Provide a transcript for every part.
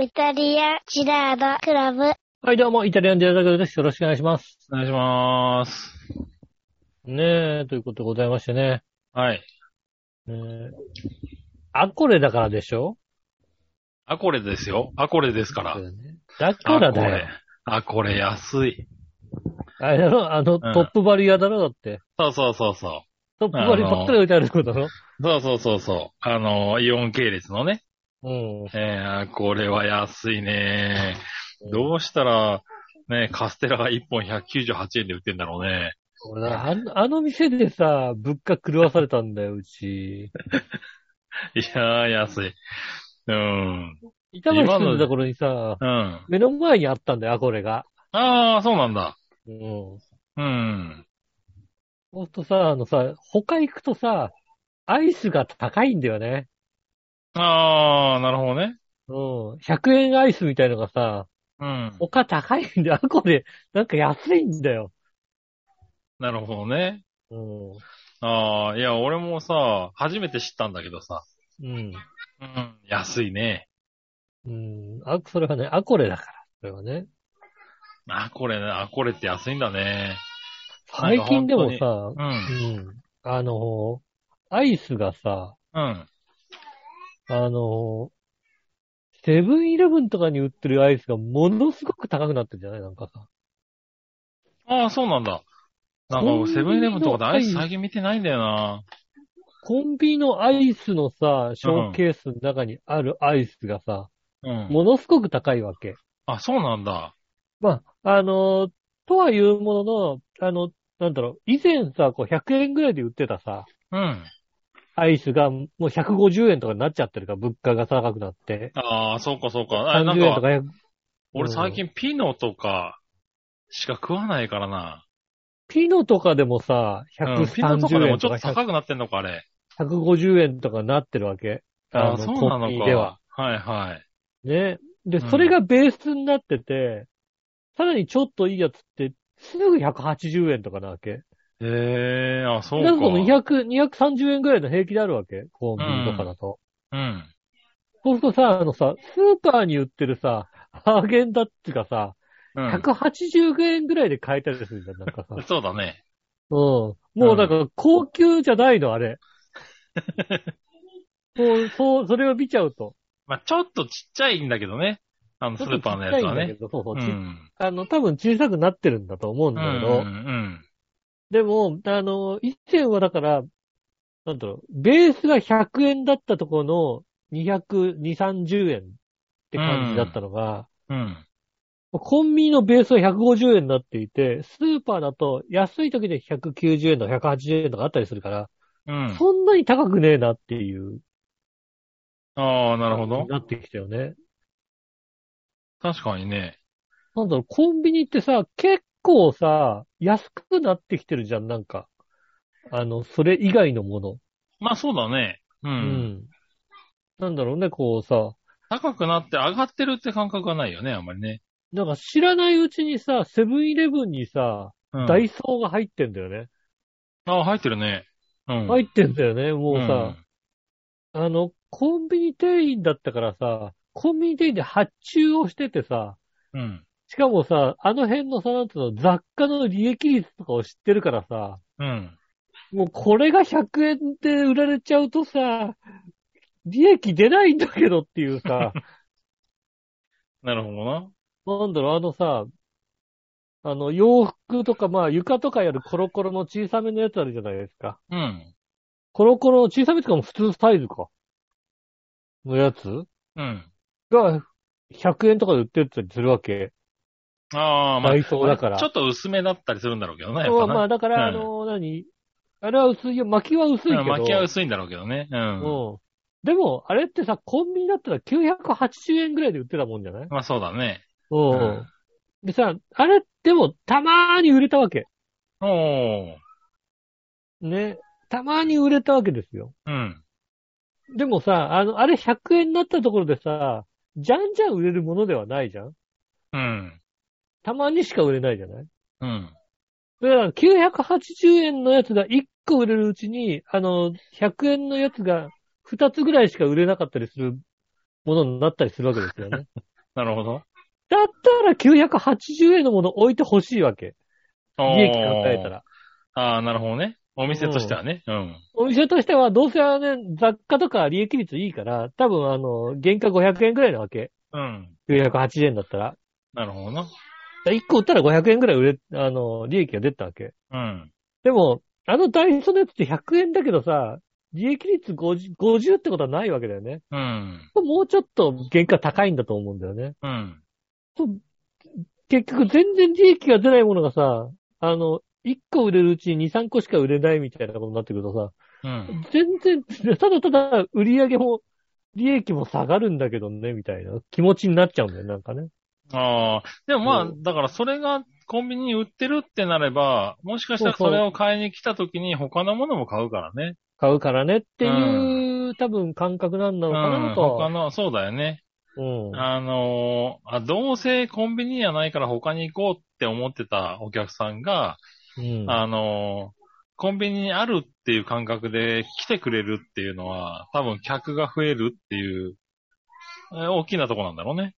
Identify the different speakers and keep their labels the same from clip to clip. Speaker 1: イタリアジラードクラブ。
Speaker 2: はい、どうも、イタリアンディアザグルです。よろしくお願いします。
Speaker 3: お願いしまーす。
Speaker 2: ねえ、ということでございましてね。
Speaker 3: はい。
Speaker 2: ねえあこれだからでしょ
Speaker 3: アコレですよ。アコレですから。
Speaker 2: だ
Speaker 3: ア
Speaker 2: から
Speaker 3: コ
Speaker 2: だ
Speaker 3: レ
Speaker 2: よ。。
Speaker 3: アコレ安い。
Speaker 2: あれだろあの、
Speaker 3: ん
Speaker 2: トップバリュアだろだって。
Speaker 3: そうそうそうそ
Speaker 2: トップバリュアばっかり置いてあることだろ
Speaker 3: う。そうそうそうそう。あの、イオン系列のね。
Speaker 2: うん。
Speaker 3: えー、アコレは安いね。どうしたら、ね、カステラが1本198円で売ってんだろうね。
Speaker 2: 俺なあの、あの店でさ、物価狂わされたんだよ、うち。
Speaker 3: いやー、安い。うん。
Speaker 2: 板橋住んでた頃にさ、
Speaker 3: うん。
Speaker 2: 目の前にあったんだよ、アコレが。
Speaker 3: あー、そうなんだ。
Speaker 2: うん。
Speaker 3: うん。
Speaker 2: ほんとさ、あのさ、他行くとさ、アイスが高いんだよね。
Speaker 3: あー、なるほどね。
Speaker 2: うん。100円アイスみたいのがさ、
Speaker 3: うん。
Speaker 2: 他高いんで、あ、これ、なんか安いんだよ。
Speaker 3: なるほどね。
Speaker 2: うん。
Speaker 3: あー、いや、俺もさ、初めて知ったんだけどさ。
Speaker 2: うん。
Speaker 3: うん、安いね。
Speaker 2: うん。あ、それはね、あ、これだから。それはね。
Speaker 3: あ、これね、あ、これって安いんだね。なん
Speaker 2: 最
Speaker 3: か
Speaker 2: 近
Speaker 3: 本
Speaker 2: で
Speaker 3: 当
Speaker 2: も
Speaker 3: に
Speaker 2: さ、
Speaker 3: う。
Speaker 2: うんん。あの、アイスがさ、
Speaker 3: うん。
Speaker 2: あの、セブンイレブンとかに売ってるアイスがものすごく高くなってるじゃないなんかさ。
Speaker 3: ああ、そうなんだ。なん
Speaker 2: コンビニ
Speaker 3: か、
Speaker 2: の
Speaker 3: セブンイレブンとかでアイス最近見てないんだよな。
Speaker 2: コンビニのアイスのさ、ショーケースの中にあるアイスがさ、
Speaker 3: うん。
Speaker 2: ものすごく高いわけ。
Speaker 3: あ、そうなんだ。
Speaker 2: まあ、あの、とは言うものの、あの、なんだろう、以前さ、こう100円ぐらいで売ってたさ、
Speaker 3: うん。
Speaker 2: アイスがもう150円とかになっちゃってるから、物価が高くなって。
Speaker 3: ああ、そうかそうか。あれ、なん
Speaker 2: 30円とか
Speaker 3: か、
Speaker 2: 100、
Speaker 3: 俺最近ピノとかしか食わないからな。
Speaker 2: ピノとかでもさ、
Speaker 3: うん、ピノとか
Speaker 2: 130
Speaker 3: で
Speaker 2: 円
Speaker 3: もち
Speaker 2: と
Speaker 3: ょ
Speaker 2: か
Speaker 3: っと高くなってんのか、あれ。
Speaker 2: 150円とかになってるわけ。
Speaker 3: あ
Speaker 2: の
Speaker 3: あ、そ
Speaker 2: コ
Speaker 3: うな
Speaker 2: ンビ
Speaker 3: の
Speaker 2: ニ
Speaker 3: か。
Speaker 2: では。
Speaker 3: はいはい。
Speaker 2: ね。で、
Speaker 3: うん
Speaker 2: それがベースになってて、さらにちょっといいやつって、すぐ180円とかなわけ。
Speaker 3: へえ、あ、そうか。
Speaker 2: なんかもう200、230円ぐらいの平気であるわけ。コンビニとかだと。
Speaker 3: うん。
Speaker 2: そうするとさ、あのさ、スーパーに売ってるさ、ハーゲンダッツがさ、
Speaker 3: うん。
Speaker 2: 180円ぐらいで買えたりするじゃん、なんか さ。
Speaker 3: そうだね。
Speaker 2: うん。もうなんか高級じゃないの、あ れ。もう、そう、それを見ちゃうと。
Speaker 3: まあ、ちょっとちっちゃいんだけどね。あの、スーパーのやつはね。
Speaker 2: ちょっとちっちゃいんだけど
Speaker 3: う
Speaker 2: そうそう、ち
Speaker 3: ん。
Speaker 2: あの、多分小さくなってるんだと思うんだけど。
Speaker 3: うんうん
Speaker 2: でも、あの、以前はだから、なんだろう、ベースが100円だったところの200、230円って感じだったのが、
Speaker 3: うん。うん。
Speaker 2: コンビニのベースは150円になっていて、スーパーだと安い時で190円とか180円とかあったりするから、
Speaker 3: うん。
Speaker 2: そんなに高くねえなっていう。
Speaker 3: ああ、なるほど。
Speaker 2: なってきたよね。
Speaker 3: 確かにね。
Speaker 2: なんだろう、コンビニってさ、結構さ、安くなってきてるじゃん、なんか。あの、それ以外のもの。
Speaker 3: まあそうだね。うん。
Speaker 2: うん。なんだろうね、こうさ、
Speaker 3: 高くなって上がってるって感覚がないよね、あんまりね。
Speaker 2: なんか知らないうちにさ、セブンイレブンにさ、
Speaker 3: うん、
Speaker 2: ダイソーが入ってんだよね。
Speaker 3: ああ、入ってるね。うん。
Speaker 2: 入
Speaker 3: っ
Speaker 2: ってんだよね、もうさ、あの、コンビニ店員だったからさ、コンビニ店員で発注をしててさ、
Speaker 3: うん。うん。
Speaker 2: しかもさ、あの辺のさ、なんつうの、雑貨の利益率とかを知ってるからさ、
Speaker 3: うん。
Speaker 2: もうこれが100円で売られちゃうとさ、利益出ないんだけどっていうさ、
Speaker 3: なるほどな。
Speaker 2: なんだろう、あのさ、あの、洋服とか、まあ、床とかやるコロコロの小さめのやつあるじゃないですか。
Speaker 3: うん。
Speaker 2: コロコロの小さめとかも普通サイズか。のやつ
Speaker 3: うん。
Speaker 2: が、100円とかで売ってたりするわけ。
Speaker 3: ああ、まあ。
Speaker 2: ダイソーだから
Speaker 3: ちょっと薄めだったりするんだろうけどな、やっ
Speaker 2: まあ
Speaker 3: ぱな。
Speaker 2: まあ、だから、あ
Speaker 3: うん
Speaker 2: の、何あれは薄いよ。巻きは薄いけど。
Speaker 3: うん巻きは薄いんだろうけどね。うん。
Speaker 2: うん。でも、あれってさ、コンビニだったら980円ぐらいで売ってたもんじゃない
Speaker 3: まあそうだね。
Speaker 2: う。。
Speaker 3: うん
Speaker 2: でさ、あれ、でも、たまーに売れたわけ。
Speaker 3: おー。
Speaker 2: ね。たまーに売れたわけですよ。
Speaker 3: うん。
Speaker 2: でもさ、あの、あれ100円になったところでさ、じゃんじゃん売れるものではないじゃん
Speaker 3: うん。
Speaker 2: たまにしか売れないじゃない
Speaker 3: うん。
Speaker 2: だから、980円のやつが1個売れるうちに、あの、100円のやつが2つぐらいしか売れなかったりするものになったりするわけですよね。
Speaker 3: なるほど。
Speaker 2: だったら980円のもの置いてほしいわけ。利益考えたら。
Speaker 3: おー。ああ、なるほどね。お店としてはね。うん。
Speaker 2: お店としては、どうせはね、雑貨とか利益率いいから、多分あの、原価500円くらいなわけ。
Speaker 3: うん。
Speaker 2: 980円だったら。
Speaker 3: なるほどな。
Speaker 2: 1個売ったら500円くらい売れ、あの、利益が出たわけ。
Speaker 3: うん。
Speaker 2: でも、あのダイソーのやつって100円だけどさ、利益率 50, 50ってことはないわけだよね。
Speaker 3: うん。
Speaker 2: もうちょっと原価高いんだと思うんだよね。
Speaker 3: うん。
Speaker 2: そう結局全然利益が出ないものがさ、あの、1個売れるうちに2、3個しか売れないみたいなことになってくるとさ、
Speaker 3: うん。
Speaker 2: 全然、ただただ売り上げも、利益も下がるんだけどね、みたいな気持ちになっちゃうんだよ、なんかね。
Speaker 3: ああ。でもまあ、
Speaker 2: う
Speaker 3: だからそれがコンビニに売ってるってなれば、もしかしたらそれを買いに来た時に他のものも買うからね。
Speaker 2: 買うからねっていう、多分感覚なんだ
Speaker 3: う
Speaker 2: ろうか
Speaker 3: ん。
Speaker 2: な
Speaker 3: 他
Speaker 2: と。
Speaker 3: の、そうだよね。
Speaker 2: うん。
Speaker 3: あのーあ、どうせコンビニやないから他に行こうって思ってたお客さんが、
Speaker 2: うん
Speaker 3: あのーコンビニにあるっていう感覚で来てくれるっていうのは、多分客が増えるっていう、えー大きなとこなんだろうね。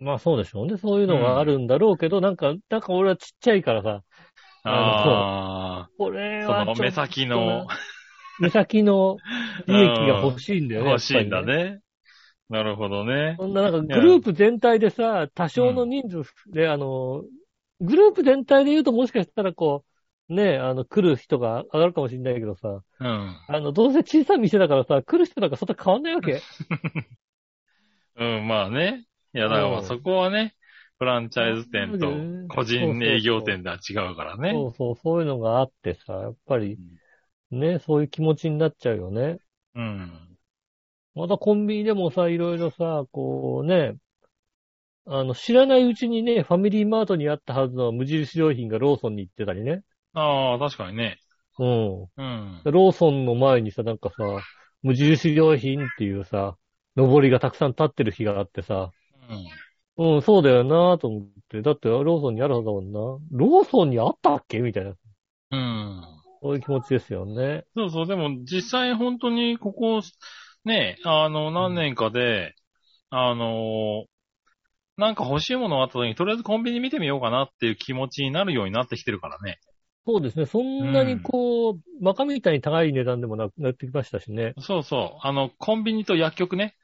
Speaker 2: まあそうでしょうね。そういうのがあるんだろうけど、なんか、なんか俺はちっちゃいからさ、
Speaker 3: あ
Speaker 2: これ
Speaker 3: あ、
Speaker 2: はちょ
Speaker 3: その
Speaker 2: っと
Speaker 3: 目先の
Speaker 2: 目先の利益が欲しいんだよね。
Speaker 3: 欲しいんだ
Speaker 2: やっぱりね。
Speaker 3: ね。なるほどね。
Speaker 2: そんななんかグループ全体でさ、多少の人数で、あの、グループ全体で言うともしかしたらこう、ねあの、来る人が上がるかもしれないけどさ、
Speaker 3: うん。
Speaker 2: あの、どうせ小さい店だからさ、来る人なんかそんな変わんないわけ。
Speaker 3: うん、まあね。いや、だからまあ
Speaker 2: うん
Speaker 3: そこはね、フランチャイズ店と
Speaker 2: そうだよね
Speaker 3: 個人営業店では違うからね。
Speaker 2: そうそう、そういうのがあってさ、やっぱり、ね、そういう気持ちになっちゃうよね。
Speaker 3: うん。
Speaker 2: またコンビニでもさ、いろいろさ、こうね、あの、知らないうちにね、ファミリーマートにあったはずの無印良品がローソンに行ってたりね。
Speaker 3: ああ、確かにね。
Speaker 2: うん。
Speaker 3: うん。
Speaker 2: ローソンの前にさ、なんかさ、無印良品っていうさ、上りがたくさん立ってる日があってさ、
Speaker 3: うん
Speaker 2: うん、そうだよなぁと思って、だってローソンにあるはずだもんな。ローソンにあったっけみたいな、
Speaker 3: うん。
Speaker 2: そういう気持ちですよね。
Speaker 3: そうそう、でも実際本当にここ、ね、あの、何年かで、あの、なんか欲しいものがあった時に、とりあえずコンビニ見てみようかなっていう気持ちになるようになってきてるからね。
Speaker 2: そうですね、そんなにこう、バカみたいに高い値段でもなくなってきましたしね。
Speaker 3: そうそう。あの、コンビニと薬局ね。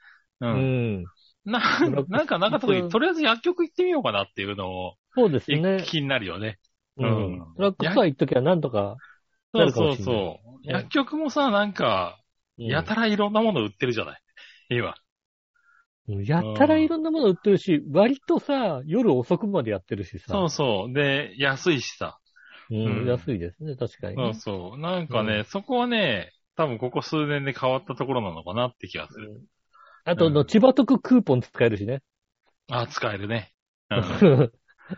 Speaker 3: う。
Speaker 2: うんん。
Speaker 3: な、なんかなかった時に、とりあえず薬局行ってみようかなっていうのを、
Speaker 2: そうです
Speaker 3: 一
Speaker 2: ね。
Speaker 3: 気になるよね。
Speaker 2: う
Speaker 3: うん
Speaker 2: ん。トラックストア行っときゃなんとか、
Speaker 3: そ
Speaker 2: な
Speaker 3: う
Speaker 2: るか
Speaker 3: そ
Speaker 2: も
Speaker 3: う
Speaker 2: しれない
Speaker 3: そう。薬局もさ、なんか、
Speaker 2: うん
Speaker 3: やたらいろんなもの売ってるじゃない。今。
Speaker 2: やったらいろんなもの売ってるし、割とさ、夜遅くまでやってるしさ。
Speaker 3: そうそう。で、安いしさ。
Speaker 2: うん
Speaker 3: うん
Speaker 2: 安いですね、確かにね。
Speaker 3: そうそう。なんかね、そこはね、多分ここ数年で変わったところなのかなって気がする。
Speaker 2: あと、あ
Speaker 3: う
Speaker 2: の
Speaker 3: ん
Speaker 2: 千葉特クーポン使える しね。
Speaker 3: あ、使えるね。うん、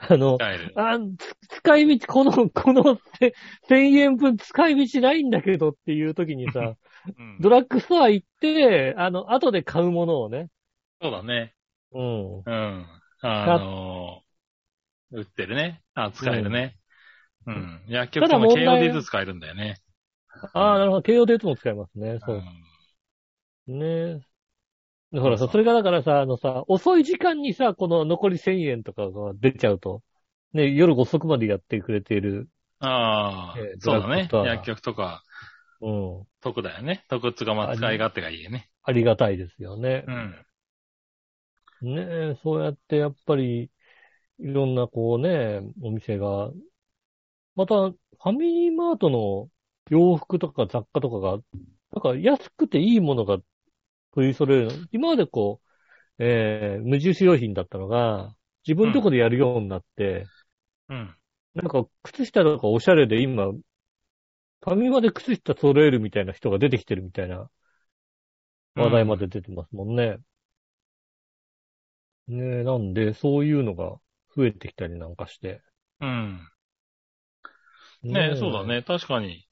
Speaker 2: あの、
Speaker 3: 使える。
Speaker 2: あつ使い道、この、このせ1000円分使い道ないんだけどっていう時にさ、
Speaker 3: うん
Speaker 2: ドラッグストア行って、あの、後で買うものをね、
Speaker 3: そうだね。
Speaker 2: うん。
Speaker 3: うん。あのー売ってるね。あ、使えるね。うん。薬局とも
Speaker 2: ただ問題は
Speaker 3: KOD2 使えるんだよね。。
Speaker 2: ああ、なるほど。KO デートも使えますね。そううんね。だから
Speaker 3: そう
Speaker 2: さ、
Speaker 3: そう
Speaker 2: それがだからさ、あのさ、遅い時間にさ、この残り1000円とかが出ちゃうと、ね、夜遅くまでやってくれている、
Speaker 3: ああ
Speaker 2: えー、
Speaker 3: そうだね。
Speaker 2: ドラッグストア
Speaker 3: 薬局とか、
Speaker 2: うん、
Speaker 3: 得だよね。得っつうか、まあ、使い勝手がいいよね。
Speaker 2: ありがたいですよね
Speaker 3: う。ん。
Speaker 2: ねえ、そうやってやっぱり、いろんなこうね、お店が、また、ファミリーマートの洋服とか雑貨とかが、なんか安くていいものが取り揃える。今までこう、えー、無印良品だったのが、自分とこでやるようになって、
Speaker 3: うん。
Speaker 2: なんか靴下とかおしゃれで今、ファミマで靴下揃えるみたいな人が出てきてるみたいな話題まで出てますもんね。ねえ、なんで、そういうのが増えてきたりなんかして。
Speaker 3: うん。ねそうだ。ね。確かに。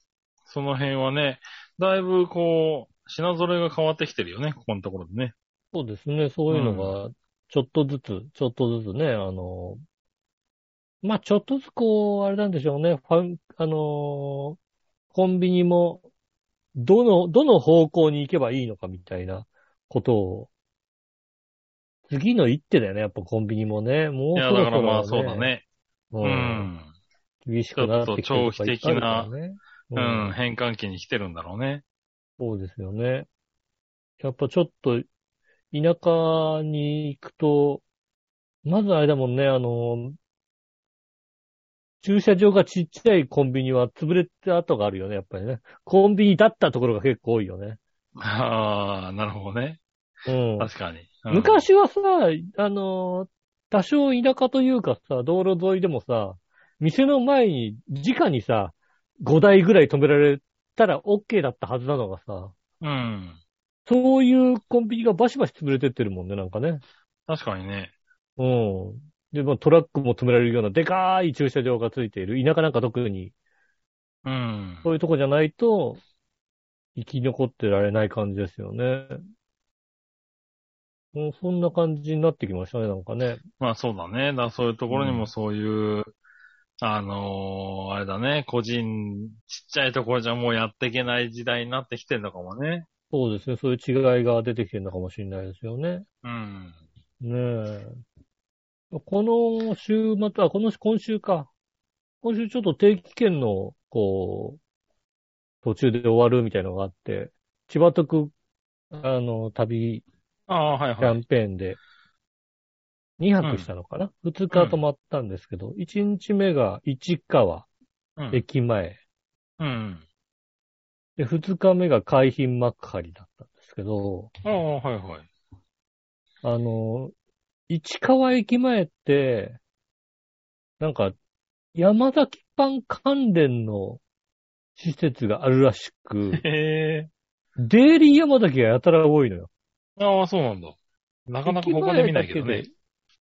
Speaker 3: その辺はね、だいぶこう、品揃えが変わってきてるよね、ここのところでね。
Speaker 2: そうですね、そういうのが、ちょっとずつ、ちょっとずつね、あの、まあ、ちょっとずつこう、あれなんでしょうね、ファン、あのコンビニも、どの、どの方向に行けばいいのかみたいなことを、次の一手だよね、やっぱコンビニもね。も
Speaker 3: いう
Speaker 2: そろそ
Speaker 3: や、だか
Speaker 2: ろ、
Speaker 3: らまあそうだ。ね。
Speaker 2: う。
Speaker 3: うんん。
Speaker 2: 厳しくなってきてるとかいっぱいあるからね
Speaker 3: う。ん。変換期に来てるんだろうね。
Speaker 2: そうですよね。やっぱちょっと、田舎に行くと、まずあれだもんね、あの、駐車場がちっちゃいコンビニは潰れた跡があるよね、やっぱりね。コンビニだったところが結構多いよね。
Speaker 3: ああ、なるほどね。
Speaker 2: うん。
Speaker 3: 確かに。うん
Speaker 2: 昔はさ、あの、多少田舎というかさ、道路沿いでもさ、店の前に、直にさ、5台ぐらい止められたら OK だったはずなのがさ、
Speaker 3: うん。
Speaker 2: そういうコンビニがバシバシ潰れてってるもんね、なんかね。
Speaker 3: 確かにね。
Speaker 2: うん。で、まあ、トラックも止められるようなでかい駐車場がついている。田舎なんか特に、
Speaker 3: うん。
Speaker 2: そういうとこじゃないと、生き残ってられない感じですよね。もうそんな感じになってきましたね、なんかね。
Speaker 3: まあそうだね。だからそういうところに
Speaker 2: う
Speaker 3: も
Speaker 2: ん
Speaker 3: そういう、あのーあれだね、個人、ちっちゃいところじゃもうやっていけない時代になってきてるのかもね。
Speaker 2: そうですね。そういう違いが出てきてるのかもしれないですよね。
Speaker 3: うん。
Speaker 2: ねえ。この週末、あ、この今週か。今週ちょっと定期券の、こう、途中で終わるみたいなのがあって、千葉特、あの、旅
Speaker 3: ああ、はい
Speaker 2: キャ
Speaker 3: はい。
Speaker 2: ンペーンで、2泊したのかな、?2 日泊まったんですけど、1日目が市川
Speaker 3: うん。
Speaker 2: 駅前、
Speaker 3: うん。
Speaker 2: で、2日目が海浜幕張だったんですけど、
Speaker 3: ああ、はいはい。
Speaker 2: あの、市川駅前って、なんか、山崎パン関連の施設があるらしく、
Speaker 3: へえ。
Speaker 2: デイリー山崎がやたら多いのよ。
Speaker 3: ああ、そうなんだ。なかなか他で見ないけどね。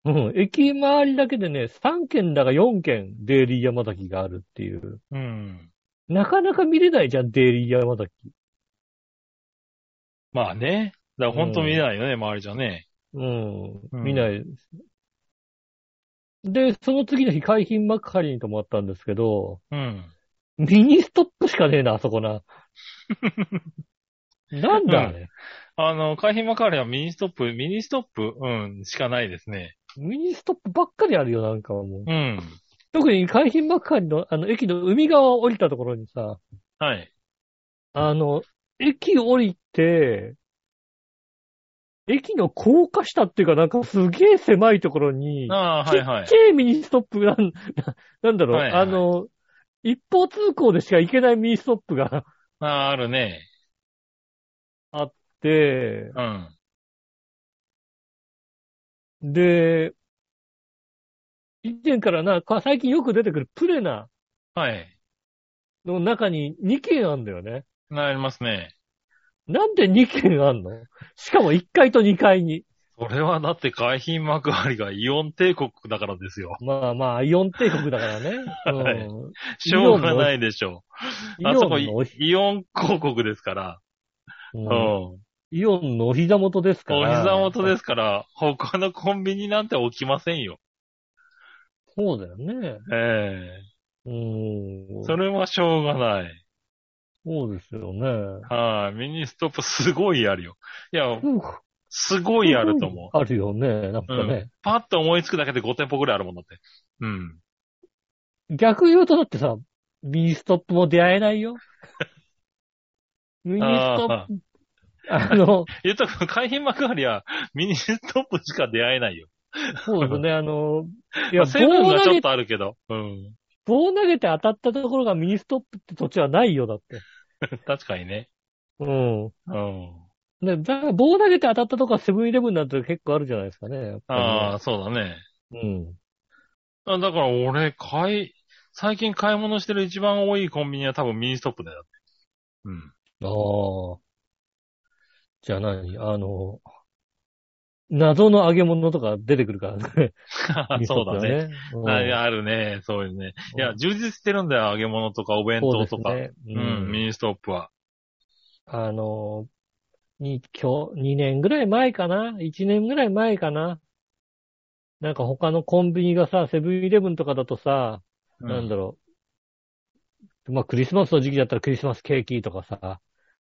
Speaker 2: うん、駅周りだけでね、3軒だが4軒デイリー山崎があるっていう。
Speaker 3: うん。
Speaker 2: なかなか見れないじゃん、デイリー山崎。
Speaker 3: まあね。だから本当見ないよね、周りじゃね。
Speaker 2: うん、
Speaker 3: うん
Speaker 2: 見ないです。で、その次の日、海浜幕張に泊まったんですけど、
Speaker 3: うん。
Speaker 2: ミニストップしかねえな、あそこ な。なんだあれ、
Speaker 3: あの、海浜幕張はミニストップ、ミニストップ、うん、しかないですね。
Speaker 2: ミニストップばっかりあるよ、なんかもう。
Speaker 3: うん。
Speaker 2: 特に海浜幕張の、あの、駅の海側を降りたところにさ、
Speaker 3: はい。
Speaker 2: あの、駅降りて、駅の高架下っていうか、なんかすげえ狭いところに、
Speaker 3: ああ、はいは
Speaker 2: ちっ
Speaker 3: い
Speaker 2: ち。ゃいミニストップが、ななんだろう、
Speaker 3: はいはい
Speaker 2: あの、一方通行でしか行けないミニストップが
Speaker 3: ああ、あるね。
Speaker 2: あって、
Speaker 3: うん。
Speaker 2: で、以前からな、か最近よく出てくるプレナ
Speaker 3: はい。
Speaker 2: の中に2軒あんだよね。
Speaker 3: なりますね。
Speaker 2: なんで2軒あんのしかも1階と2階に。
Speaker 3: それはだって海浜幕張がイオン帝国だからですよ。
Speaker 2: まあまあ、イオン帝国だからね。
Speaker 3: はい
Speaker 2: うん
Speaker 3: しょうがないでしょ
Speaker 2: イ
Speaker 3: う。あそこ
Speaker 2: オ
Speaker 3: イ
Speaker 2: ンのおひ、
Speaker 3: イオン広告ですから。
Speaker 2: う
Speaker 3: うんん。お
Speaker 2: イオンのお膝元ですから。。
Speaker 3: 膝元ですすから、他のコンビニなんて起きませんよ。
Speaker 2: そうだよね。
Speaker 3: え
Speaker 2: うん。
Speaker 3: えそれはしょうがない。
Speaker 2: そうですよね。
Speaker 3: はい、ミニストップすごいあるよ。いや、
Speaker 2: うん
Speaker 3: すごいあると思う。
Speaker 2: あるよね。なんかね。
Speaker 3: パッと思いつくだけで5店舗ぐらいあるもんだって。うん。
Speaker 2: 逆言うとだってさ、ミニストップも出会えないよ。ミニストッ
Speaker 3: ああ
Speaker 2: プ、あの、
Speaker 3: 言うと、海浜幕張はミニストップしか出会えないよ。
Speaker 2: そうですね、あ の、い
Speaker 3: いや、
Speaker 2: や、
Speaker 3: セブン
Speaker 2: 棒
Speaker 3: はち
Speaker 2: 投
Speaker 3: ょっ
Speaker 2: げ、
Speaker 3: とあるけど。うん。
Speaker 2: 棒投げて当たったところがミニストップって土地はないよ、だって。
Speaker 3: 確かにね。
Speaker 2: うん。
Speaker 3: うん。
Speaker 2: ね、だから棒投げて当たったとこはセブンイレブンなんて結構あるじゃないですかね。やっぱりね
Speaker 3: ああ、そうだね。
Speaker 2: うん。
Speaker 3: あだから俺、買い、最近買い物してる一番多いコンビニは多分ミニストップだよ。うん。
Speaker 2: ああ。じゃあ何あの、謎の揚げ物とか出てくるからね。 ミニスト
Speaker 3: そ
Speaker 2: ップ
Speaker 3: うだ
Speaker 2: は
Speaker 3: ね。
Speaker 2: ね。うん
Speaker 3: あいやあるね。そういうね。いや、充実してるんだよ。揚げ物とかお弁
Speaker 2: そう
Speaker 3: 当
Speaker 2: です
Speaker 3: とか。
Speaker 2: ね。
Speaker 3: うん、ミニストップは。
Speaker 2: あの、に、今日、2年ぐらい前かな ?1 年ぐらい前かななんか他のコンビニがさ、セブンイレブンとかだとさ、
Speaker 3: う
Speaker 2: なんだろう。まあ、クリスマスの時期だったらクリスマスケーキとかさ、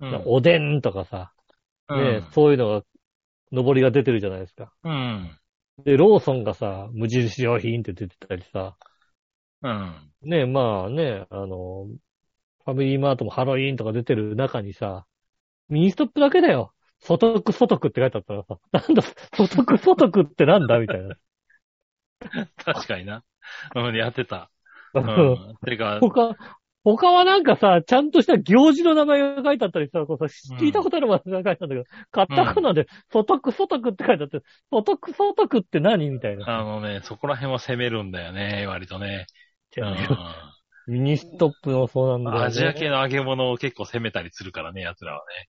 Speaker 3: うん
Speaker 2: おでんとかさ、
Speaker 3: う
Speaker 2: ね
Speaker 3: ん、
Speaker 2: そういうのが上りが出てるじゃないですか。
Speaker 3: うん。
Speaker 2: で、ローソンがさ、無印良品って出てたりさ、
Speaker 3: うん。
Speaker 2: ねえ、まあね、あの、ファミリーマートもハロウィーンとか出てる中にさ、ミニストップだけだよ。外徳外徳って書いてあったらさ、なんだ、外徳外徳ってなんだみたいな。
Speaker 3: 確かにな。うん、やってた。
Speaker 2: う
Speaker 3: うん ん。てか、
Speaker 2: 他、他はなんかさ、ちゃんとした行事の名前が書いてあったりさ、こうさ
Speaker 3: うん
Speaker 2: 聞いたことある名前が書いてあるんだけど、カタカナで、外徳外徳って書いてあって、外徳外徳って何みたいな。
Speaker 3: あのね、そこら辺は攻めるんだよね、割とね。うん。
Speaker 2: ミニストップもそうなんだよ、ね。
Speaker 3: アジア系の揚げ物を結構攻めたりするからね、奴らはね。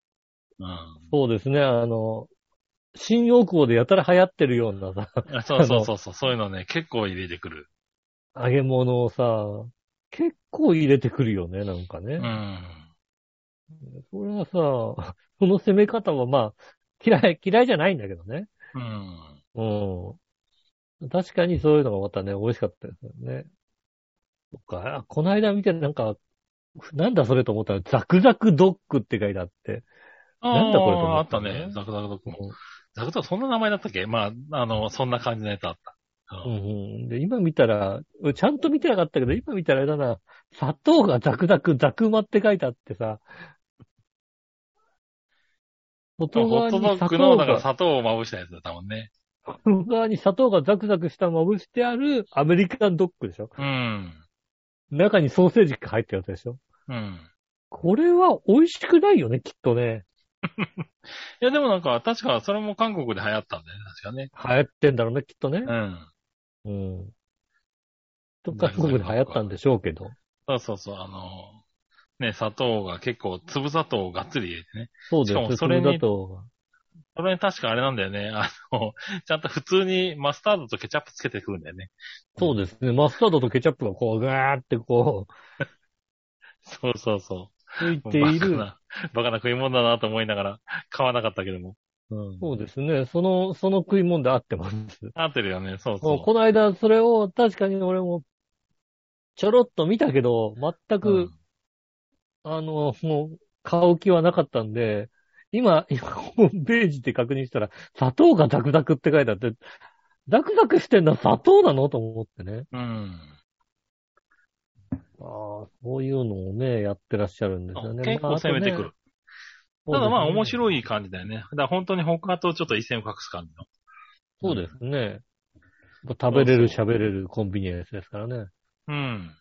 Speaker 2: そうですね、 あの、新大久保でやたら流行ってるようなさ、
Speaker 3: うん。そうそうそうそう、そういうのね、結構入れてくる。
Speaker 2: 揚げ物をさ、結構入れてくるよね、なんか
Speaker 3: う
Speaker 2: ね。
Speaker 3: ん。
Speaker 2: それはさ、その攻め方はまあ、嫌い、嫌いじゃないんだけどね。
Speaker 3: うん。
Speaker 2: うん。確かにそういうのがまたね、美味しかったですよね。そっか、あこの間見てなんか、なんだそれと思ったら、ザクザクドッグって書いてあって。なんだこれと
Speaker 3: あ
Speaker 2: 思
Speaker 3: あ、あ
Speaker 2: っ
Speaker 3: った
Speaker 2: たね
Speaker 3: ね。ザクザクドッグも。ザクザク、そんな名前だったっけまあ、あの、そんな感じのやつあった。
Speaker 2: う
Speaker 3: うんん。
Speaker 2: うん、で今見たら、俺ちゃんと見てなかったけど、今見たらあれだな、砂糖がザクザク、ザクマって書いてあってさ、外
Speaker 3: ホ
Speaker 2: 側に
Speaker 3: ットド
Speaker 2: 砂
Speaker 3: ッグの、
Speaker 2: 糖
Speaker 3: だから
Speaker 2: が、
Speaker 3: 砂糖をまぶしたやつだったもんね。
Speaker 2: 外側に砂糖がザクザクしたまぶしてあるアメリカンドッグでしょ
Speaker 3: うん。
Speaker 2: 中にソーセージが入ってるやつでしょ
Speaker 3: うん。
Speaker 2: これは美味しくないよね、きっとね。
Speaker 3: いや、でもなんか、確か、それも韓国で流行ったんだよね、確か
Speaker 2: 流
Speaker 3: ね。
Speaker 2: 行ってんだろうね、きっとね
Speaker 3: う。ん。
Speaker 2: うん。とか、韓国で流行ったんでしょうけど。
Speaker 3: そうそうそう、あの、ね、砂糖が結構、粒砂糖をがっつり入れてね。
Speaker 2: そうです
Speaker 3: しかもそれに
Speaker 2: 粒砂糖が
Speaker 3: それに確かあれなんだよね。あの、ちゃんと普通にマスタードとケチャップつけてくるんだよね。
Speaker 2: そうですね。マスタードとケチャップがこう、ガーってこ、
Speaker 3: そうそうそう。
Speaker 2: ついうてい
Speaker 3: バカ
Speaker 2: る。
Speaker 3: な、バカな食い物だなと思いながら買わなかったけども。うん。
Speaker 2: そうですね。その、その食い物で合ってます。
Speaker 3: 合ってるよね、そう
Speaker 2: もう
Speaker 3: そ
Speaker 2: この間、それを確かに俺も、ちょろっと見たけど、全
Speaker 3: う。
Speaker 2: く、あの、もう、買う気はなかったんで、今、 今、ホームページで確認したら、砂糖がザクザクって書いてあって、ザクザクしてんのは砂糖なのと思ってね。
Speaker 3: うん。うん
Speaker 2: ああ、そういうのをね、やってらっしゃるんですよね。
Speaker 3: 結構攻めてくる。ただまあ面白い感じだよね。だから本当に他とちょっと一線を隠す感じの。
Speaker 2: そうですね。食べれる、喋れるコンビニエンスですからね。
Speaker 3: うん。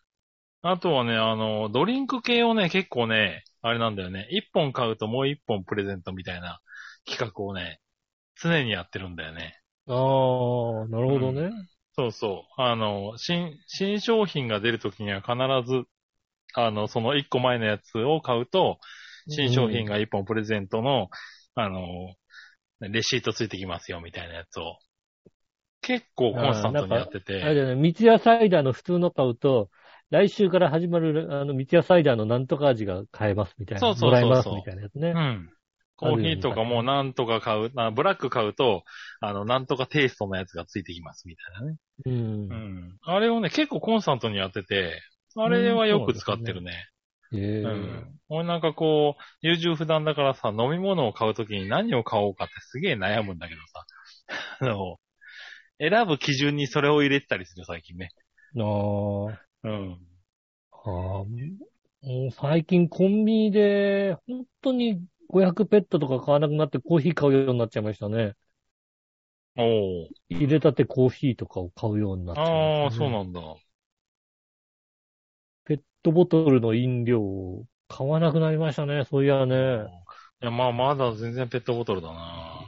Speaker 3: あとはね、あの、ドリンク系をね、結構ね、あれなんだよね。一本買うともう一本プレゼントみたいな企画をね、常にやってるんだよね。
Speaker 2: ああ、なるほどね。
Speaker 3: そうそう。あの、新、新商品が出るときには必ず、あの、その一個前のやつを買うと、新商品が一本プレゼントの、あの、レシートついてきますよ、みたいなやつを。結構コンスタントにやってて。
Speaker 2: あれだよね、三ツ矢サイダーの普通の買うと、来週から始まる、あの、三ツ矢サイダーのなんとか味が買えますみたいな。
Speaker 3: そうそうそうそう
Speaker 2: もらえますみたいなやつね
Speaker 3: う。ん。コーヒーとかもなんとか買う、あブラック買うと、あの、なんとかテイストのやつがついてきますみたいなね。
Speaker 2: うん
Speaker 3: う。ん。あれをね、結構コンスタントにやってて、あれはよく使ってるね。
Speaker 2: ええ
Speaker 3: うん。俺なんかこう、優柔不断だからさ、飲み物を買うときに何を買おうかってすげえ悩むんだけどさ。 あの、選ぶ基準にそれを入れてたりする最近ね。
Speaker 2: あ
Speaker 3: う
Speaker 2: あ、
Speaker 3: ん。
Speaker 2: はあもう最近コンビニで、本当に500ペットとか買わなくなってコーヒー買うようになっちゃいましたね。
Speaker 3: おー。
Speaker 2: 入れたてコーヒーとかを買うようになっちゃいました、ね。
Speaker 3: ああ、そうなんだ。
Speaker 2: ペットボトルの飲料を買わなくなりましたね、そういやね。
Speaker 3: いや、まあまだ全然ペットボトルだな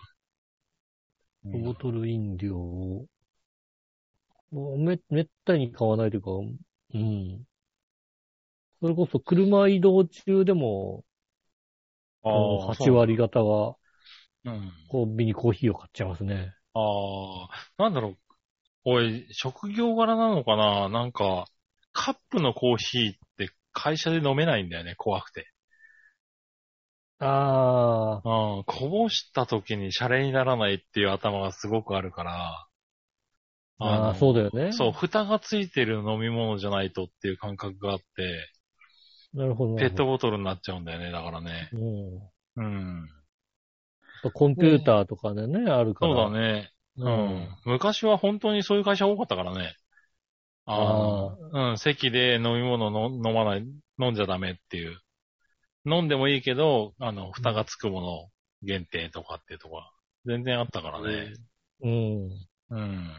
Speaker 2: ペットボトル飲料を、もうめ、めったに買わないというか、うん。それこそ車移動中でも、
Speaker 3: あ
Speaker 2: あの
Speaker 3: ー
Speaker 2: 8割方は
Speaker 3: うん。
Speaker 2: コンビニコーヒーを買っちゃいますね。
Speaker 3: ああ、なんだろう。おい、職業柄なのかななんか、カップのコーヒーって会社で飲めないんだよね、怖くて。
Speaker 2: ああ、
Speaker 3: うん、こぼした時にシャレにならないっていう頭がすごくあるから。
Speaker 2: ああ
Speaker 3: の
Speaker 2: そうだよね。
Speaker 3: そう、蓋がついてる飲み物じゃないとっていう感覚があって、
Speaker 2: なるほど。
Speaker 3: ペットボトルになっちゃうんだよね、だからね。
Speaker 2: うん。
Speaker 3: うん。
Speaker 2: ぱコンピューターとかでね、あるか
Speaker 3: そ
Speaker 2: ら。
Speaker 3: うだね。
Speaker 2: う。
Speaker 3: うんん。昔は本当にそういう会社多かったからね。ああ。うん。席で飲み物の飲まない、飲んじゃダメっていう。飲んでもいいけど、あの、蓋がつくもの限定とかっていうとか、全然あったからね。
Speaker 2: うん。
Speaker 3: うん。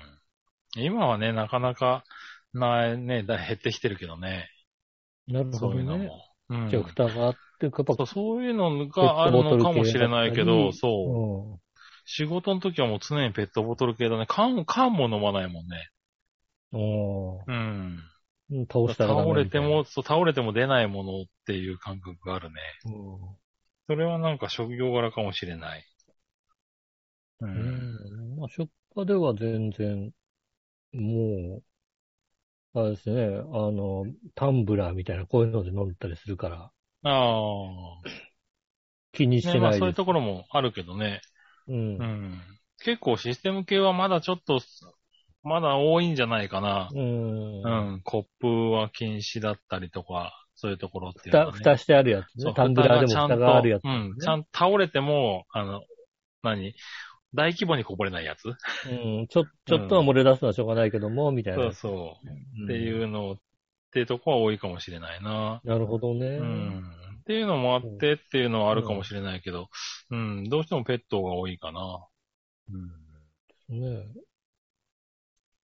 Speaker 3: 今はね、なかなか、ない、ね、だ減ってきてるけどね。
Speaker 2: なる
Speaker 3: そ
Speaker 2: ほ
Speaker 3: ういう
Speaker 2: ど
Speaker 3: の
Speaker 2: ね。
Speaker 3: も。うん。
Speaker 2: じゃあ、蓋があって、やっぱ、
Speaker 3: そうそういうのがあるのかもしれないけ
Speaker 2: ペットボトル系だった
Speaker 3: ど、
Speaker 2: り
Speaker 3: そう。
Speaker 2: うん。
Speaker 3: 仕事の時はもう常にペットボトル系だね。缶、缶も飲まないもんね。
Speaker 2: うん
Speaker 3: うん。
Speaker 2: うん。倒したらダ
Speaker 3: 倒
Speaker 2: メ
Speaker 3: れ
Speaker 2: みた
Speaker 3: て
Speaker 2: いな、
Speaker 3: も、そう、倒れても出ないものっていう感覚があるね。それはなんか職業柄かもしれない。う
Speaker 2: うん。うん。まあ、職場では全然、もう、あれですね、あの、タンブラーみたいな、こういうので飲んだりするから、
Speaker 3: ああ。
Speaker 2: 気にし
Speaker 3: ね、
Speaker 2: て
Speaker 3: ま
Speaker 2: ない
Speaker 3: あ
Speaker 2: です。
Speaker 3: そういうところもあるけどね。
Speaker 2: うん
Speaker 3: うん。結構システム系はまだちょっと、まだ多いんじゃないかな。
Speaker 2: うん。
Speaker 3: うん。コップは禁止だったりとか、そういうところっていうのは
Speaker 2: 蓋、
Speaker 3: ね、
Speaker 2: 蓋してあるやつ
Speaker 3: そう
Speaker 2: ね。タンブラーでも蓋があるやつ
Speaker 3: ち。ゃんとうん。ちゃんと倒れても、あの、何大規模にこぼれないやつ
Speaker 2: うん。ちょ、ちょっとは漏れ出すのはしょうがないけども、みたいな。
Speaker 3: そうそう。
Speaker 2: ん
Speaker 3: っていうのを、ってとこは多いかもしれないな。
Speaker 2: なるほどね。
Speaker 3: うん。っていうのもあってっていうのはあるかもしれないけど、うん、どうしてもペットが多いかな。うん。
Speaker 2: ね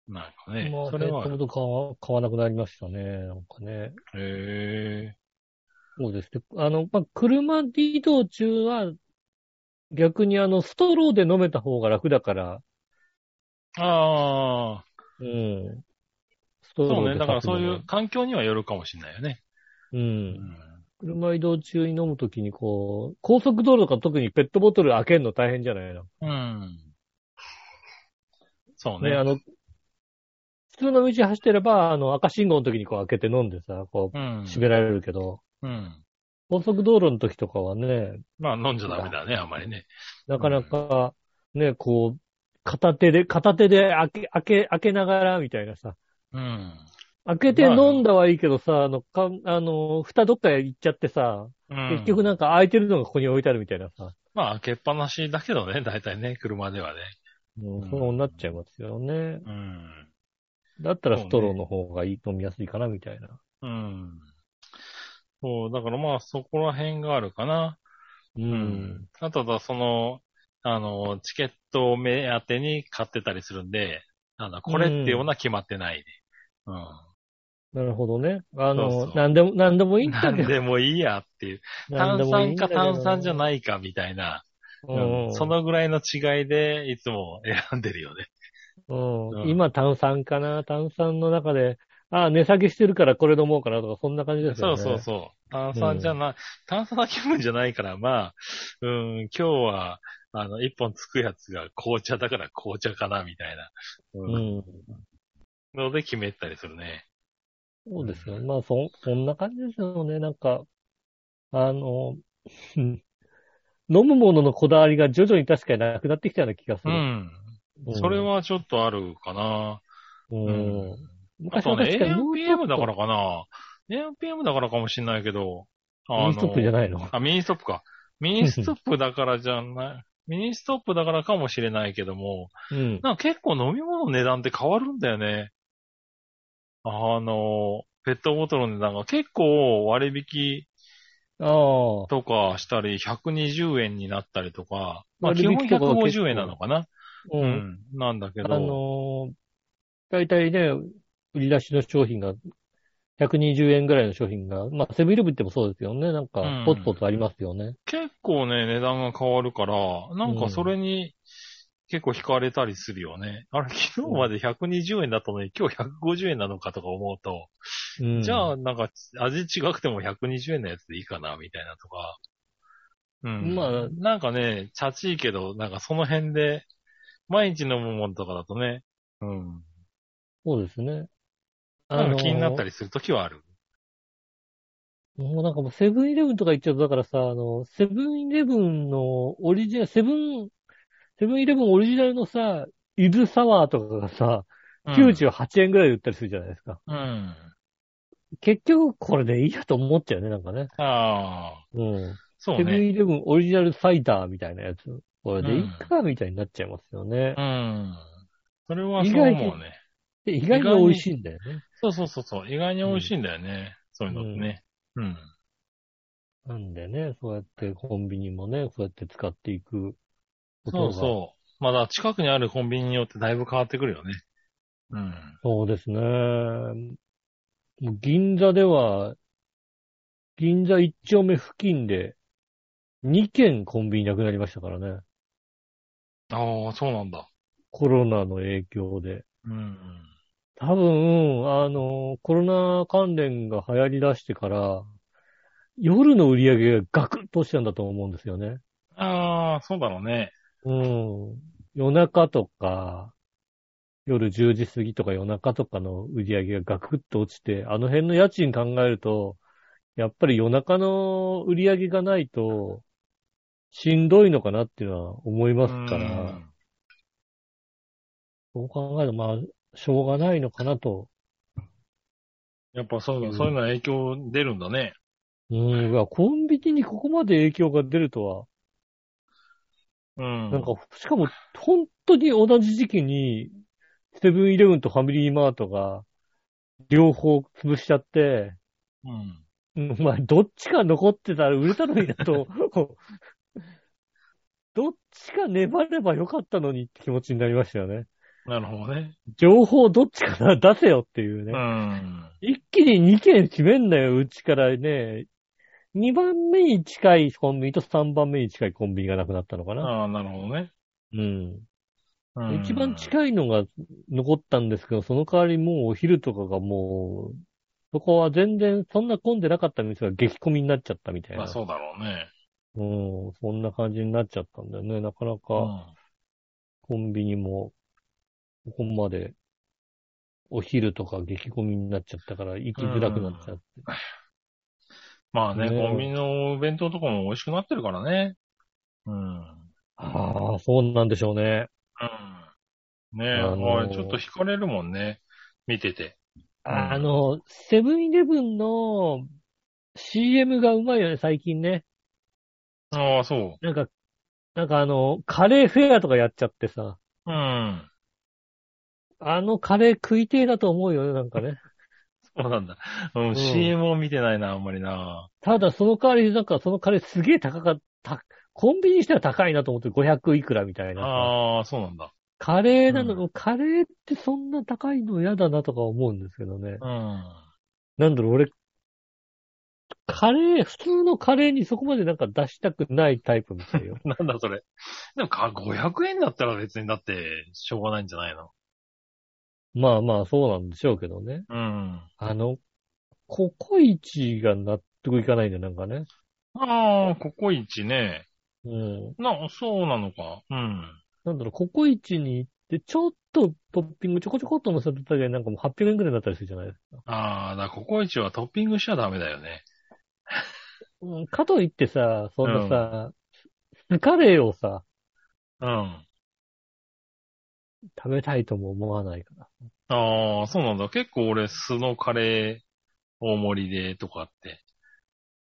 Speaker 3: なんかね、
Speaker 2: まあ、
Speaker 3: そ
Speaker 2: そ
Speaker 3: れ
Speaker 2: れ
Speaker 3: は
Speaker 2: は。、と買わ買わなくなりましたね。なんかね。
Speaker 3: へえ。
Speaker 2: そうですね。あの、まあ、車で移動中は、逆にあの、ストローで飲めた方が楽だから、
Speaker 3: ああ、
Speaker 2: うん。スト
Speaker 3: そう
Speaker 2: ロー
Speaker 3: ね。
Speaker 2: で買っても
Speaker 3: だからそういう。環境にはよるかもしれないよね。
Speaker 2: う。
Speaker 3: うんん。
Speaker 2: 車移動中に飲むときにこう、高速道路とか特にペットボトル開けるの大変じゃないの
Speaker 3: うん。そう
Speaker 2: ね、
Speaker 3: ね
Speaker 2: あ。の、普通の道走ってれば、あの、赤信号の時にこう開けて飲んでさ、こ
Speaker 3: うん
Speaker 2: う、。閉められるけど、
Speaker 3: うん。
Speaker 2: 高速道路の時とかはね、
Speaker 3: まあ飲んじゃダメだね、あんまりね。
Speaker 2: なかなか、ね、こう、片手で、片手で開け、開け、開けながら、みたいなさ。
Speaker 3: うん。
Speaker 2: 開けて飲んだはいいけどさ、あの、かあの、蓋どっかへ行っちゃってさ、
Speaker 3: うん
Speaker 2: 結局なんか開いてるのがここに置いてあるみたいなさ、
Speaker 3: まあ、開けっぱなしだけどね、大体ね、車ではね。
Speaker 2: うん、そうなっちゃいますよね。
Speaker 3: うん。
Speaker 2: だったらストローの方がいい、飲みやすいかな、みたいな。
Speaker 3: うん。そう、だからまあ、そこら辺があるかな。
Speaker 2: う。。
Speaker 3: うんあとは、その、あの、チケットを目当てに買ってたりするんで、あの、これっていうのは決まってないね。うん。
Speaker 2: なるほどね。あ
Speaker 3: そう
Speaker 2: の
Speaker 3: そ、う
Speaker 2: なんでも、なんでもいいんだ
Speaker 3: な
Speaker 2: けど
Speaker 3: んでもいいやっていう。
Speaker 2: なんで
Speaker 3: 炭
Speaker 2: もいいん
Speaker 3: 酸
Speaker 2: だ
Speaker 3: か
Speaker 2: けど
Speaker 3: 炭酸じゃないかみたいな。
Speaker 2: うん
Speaker 3: うんそのぐらいの違いで、いつも選んでるよね。
Speaker 2: うん
Speaker 3: うん
Speaker 2: 今炭酸かな炭酸の中で、ああ、値下げしてるからこれ飲もうかなとか、そんな感じです
Speaker 3: そ
Speaker 2: よ
Speaker 3: う
Speaker 2: ね。
Speaker 3: そうそう。炭酸じゃない、炭酸な気分じゃないから、まあ、うん、今日は、あの、一本つくやつが紅茶だから紅茶かな、みたいな。うん
Speaker 2: うん。
Speaker 3: ので決めたりするね。
Speaker 2: そうですよ。まあ、そ、そんな感じですよね。なんか、あの、 うん飲むもののこだわりが徐々に確かになくなってきたような気がす
Speaker 3: う
Speaker 2: る。
Speaker 3: ん。
Speaker 2: うん
Speaker 3: それ、はちょっとあるかな。
Speaker 2: うん。
Speaker 3: うんあ
Speaker 2: 昔
Speaker 3: と
Speaker 2: は
Speaker 3: ね
Speaker 2: 確、かにノート
Speaker 3: AMPM だからかな。AMPM だからかもしんないけど、あ
Speaker 2: ミニストップじゃないの
Speaker 3: あ、ミニストップか。ミニストップだからじゃない。 ミニストップだからかもしれないけども、
Speaker 2: うん。
Speaker 3: なんか結構飲み物の値段って変わるんだよね。あの、ペットボトルの値段が結構割引
Speaker 2: ああ。
Speaker 3: とかしたり、120円になったりとか、まあ基
Speaker 2: 割
Speaker 3: 本
Speaker 2: 引とかは結構
Speaker 3: 150円なのかな
Speaker 2: う。
Speaker 3: うんん。なんだけ
Speaker 2: あ
Speaker 3: ど、
Speaker 2: のー、大体ね、売り出しの商品が、120円ぐらいの商品が、まあ、セブンイレブンってもそうですよね。なんか
Speaker 3: うん、
Speaker 2: ポツポツありますよね。
Speaker 3: 結構ね、値段が変わるから、なんかそれに結構惹かれたりするよね。あれ、昨日まで120円だったのに今日150円なのかとか思うと、
Speaker 2: うん
Speaker 3: じゃあ、なんか味違くても120円のやつでいいかな、みたいなとか。うん。
Speaker 2: まあ
Speaker 3: なんかね、チャチいけど、なんかその辺で、毎日飲むものとかだとね、うん。
Speaker 2: そうですね。
Speaker 3: なんか気になった
Speaker 2: り。
Speaker 3: りするときはある。
Speaker 2: もうなんかもうセブンイレブンとか行っちゃうと、だからさ、あの、セブンイレブンのオリジナル、セブン、セブンイレブンオリジナルのさ、伊豆サワーとかがさ、98円ぐらいで売ったりするじゃないですか。
Speaker 3: うん。うん。
Speaker 2: 結局これでいいやと思っちゃうね、なんかね。
Speaker 3: ああ、
Speaker 2: うん。
Speaker 3: そう
Speaker 2: セブン
Speaker 3: ね。
Speaker 2: イレブンオリジナルサイダーみたいなやつ。これでいいか、みたいになっちゃいますよね
Speaker 3: う。ん。それはそう思う
Speaker 2: 意外
Speaker 3: ね。
Speaker 2: で意外に美味しいんだよね。
Speaker 3: そうそうそうそう。意外に美味しいんだよね。そういうのってね。うん。
Speaker 2: なんでね、そうやってコンビニもね、そうやって使っていくこと
Speaker 3: そ
Speaker 2: が。
Speaker 3: うそう。まだ近くにあるコンビニによってだいぶ変わってくるよね。うん。
Speaker 2: そうですね。もう銀座では、銀座一丁目付近で、2軒コンビニなくなりましたからね。
Speaker 3: ああ、そうなんだ。
Speaker 2: コロナの影響で。
Speaker 3: うん。
Speaker 2: 多分、あの、コロナ関連が流行り出してから、夜の売り上げがガクッと落ちたんだと思うんですよね。
Speaker 3: ああ、そうだろうね。
Speaker 2: うん。夜中とか、夜10時過ぎとか夜中とかの売り上げがガクッと落ちて、あの辺の家賃考えると、やっぱり夜中の売り上げがないと、しんどいのかなっていうのは思いますか
Speaker 3: う
Speaker 2: ら、
Speaker 3: ん
Speaker 2: そう考えると、まあ、しょうがないのかなと。
Speaker 3: やっぱそういうの、そういうの影響出るんだね。
Speaker 2: うん、いやコンビニにここまで影響が出るとは、
Speaker 3: うん。
Speaker 2: なんか、しかも、本当に同じ時期に、セブンイレブンとファミリーマートが、両方潰しちゃって、
Speaker 3: うん。
Speaker 2: うんまあ、どっちか残ってたら売れたのにな と、どっちか粘ればよかったのにって気持ちになりましたよね。
Speaker 3: なるほどね。
Speaker 2: 情報どっちから出せよっていうね。
Speaker 3: うん。
Speaker 2: 一気に2件閉めんなよ、うちからね。2番目に近いコンビニと3番目に近いコンビニがなくなったのかな。
Speaker 3: ああ、なるほどね。
Speaker 2: うん。
Speaker 3: うん
Speaker 2: 一番近いのが残ったんですけど、その代わりもうお昼とかがもう、そこは全然そんな混んでなかった店が激混みになっちゃったみたい
Speaker 3: ま
Speaker 2: な。
Speaker 3: あそうだろうね。
Speaker 2: うん、そんな感じになっちゃったんだよね。なかなかコンビニも、ここまで、お昼とか激混みになっちゃったから、行きづらくなっちゃって。
Speaker 3: まあね、
Speaker 2: ねえ
Speaker 3: コンビニのお弁当とかも美味しくなってるからね。うん。
Speaker 2: ああ、そうなんでしょうね。
Speaker 3: うん。ねえ、
Speaker 2: あのー
Speaker 3: はいちょっと惹かれるもんね。見てて。うん
Speaker 2: あの、セブンイレブンの CM がうまいよね、最近ね。
Speaker 3: ああ、そ
Speaker 2: なんか、なんかあの、カレーフェアとかやっちゃってさ、
Speaker 3: う。うん。
Speaker 2: あのカレー食いてえだと思うよね、なんかね。
Speaker 3: そうなんだ。うん、
Speaker 2: ん
Speaker 3: CM を見てないな、あんまりな。
Speaker 2: ただ、その代わり、なんかそのカレーすげえ高かった。コンビニにしては高いなと思って500いくらみたいなさ。
Speaker 3: ああ、そうなんだ。
Speaker 2: カレーな
Speaker 3: う
Speaker 2: の、カレーってそんな高いの嫌だなとか思うんですけどね。
Speaker 3: うん。
Speaker 2: なんだろう、俺、カレー、普通のカレーにそこまでなんか出したくないタイプみたいよ。
Speaker 3: なんだそれ。でもか、500円だったら別にだって、しょうがないんじゃないの
Speaker 2: まあまあ、そうなんでしょうけどね。
Speaker 3: うん。
Speaker 2: あの、ココイチが納得いかないんだよ、なんかね。
Speaker 3: ああ、ココイチね。
Speaker 2: うん。
Speaker 3: な、そうなのか。うん。
Speaker 2: なんだろう、ココイチに行って、ちょっとトッピングちょこちょこっと乗せてただけでなんかもう800円くらいになったりするじゃないですか。
Speaker 3: ああ、だからココイチはトッピングしちゃダメだよね。
Speaker 2: うん、かといってさ、そんなさ、スカレーをさ、
Speaker 3: うん。
Speaker 2: 食べたいとも思わないから。
Speaker 3: ああ、そうなんだ。結構俺、酢のカレー大盛りでとかって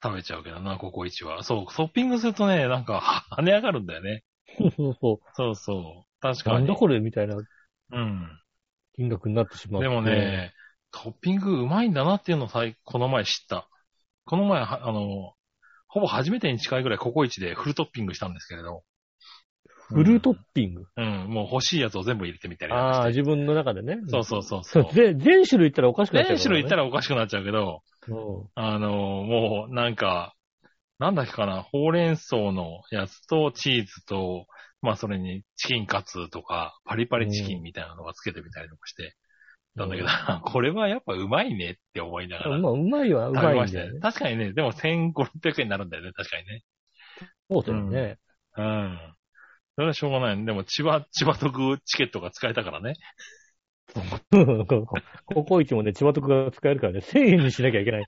Speaker 3: 食べちゃうけどな、ココイチは。そう、トッピングするとね、なんか跳ね上がるんだよね。
Speaker 2: そうそうそ
Speaker 3: そうそう。確
Speaker 2: う。
Speaker 3: か
Speaker 2: なん
Speaker 3: に。
Speaker 2: だこれみたいな
Speaker 3: うん。
Speaker 2: 金額になってしまう。
Speaker 3: でもね、トッピングうまいんだなっていうのをさいこの前知った。この前、はあの、ほぼ初めてに近いぐらいココイチでフルトッピングしたんですけれど。
Speaker 2: フルトッピング。
Speaker 3: うん、もう欲しいやつを全部入れてみたりなんか
Speaker 2: ああ、
Speaker 3: して。
Speaker 2: 自分の中でね。
Speaker 3: そうそうそうそう。
Speaker 2: ぜ 全種類いったらおかしくなっちゃう、
Speaker 3: 全種類いった
Speaker 2: ら。
Speaker 3: らおかしくなっちゃうけど、
Speaker 2: うん
Speaker 3: あのーもう、なんか、なんだっけかな、ほうれん草のやつとチーズと、まあそれにチキンカツとか、パリパリチキンみたいなのがつけてみたりとかして、なんだけど、 これはやっぱうまいねって思いながら。
Speaker 2: まあ、うまいはう
Speaker 3: 食べ
Speaker 2: まい
Speaker 3: ま
Speaker 2: ん
Speaker 3: した
Speaker 2: だよ
Speaker 3: よね。
Speaker 2: ね。
Speaker 3: 確かにね、でも1500円になるんだよね、確かにね。
Speaker 2: そうだよね。
Speaker 3: うん。それはしょうがないね。でも、千葉、千葉特チケットが使えたから ね。
Speaker 2: ココイチもね、千葉徳が使えるからね、1000円にしなきゃいけない。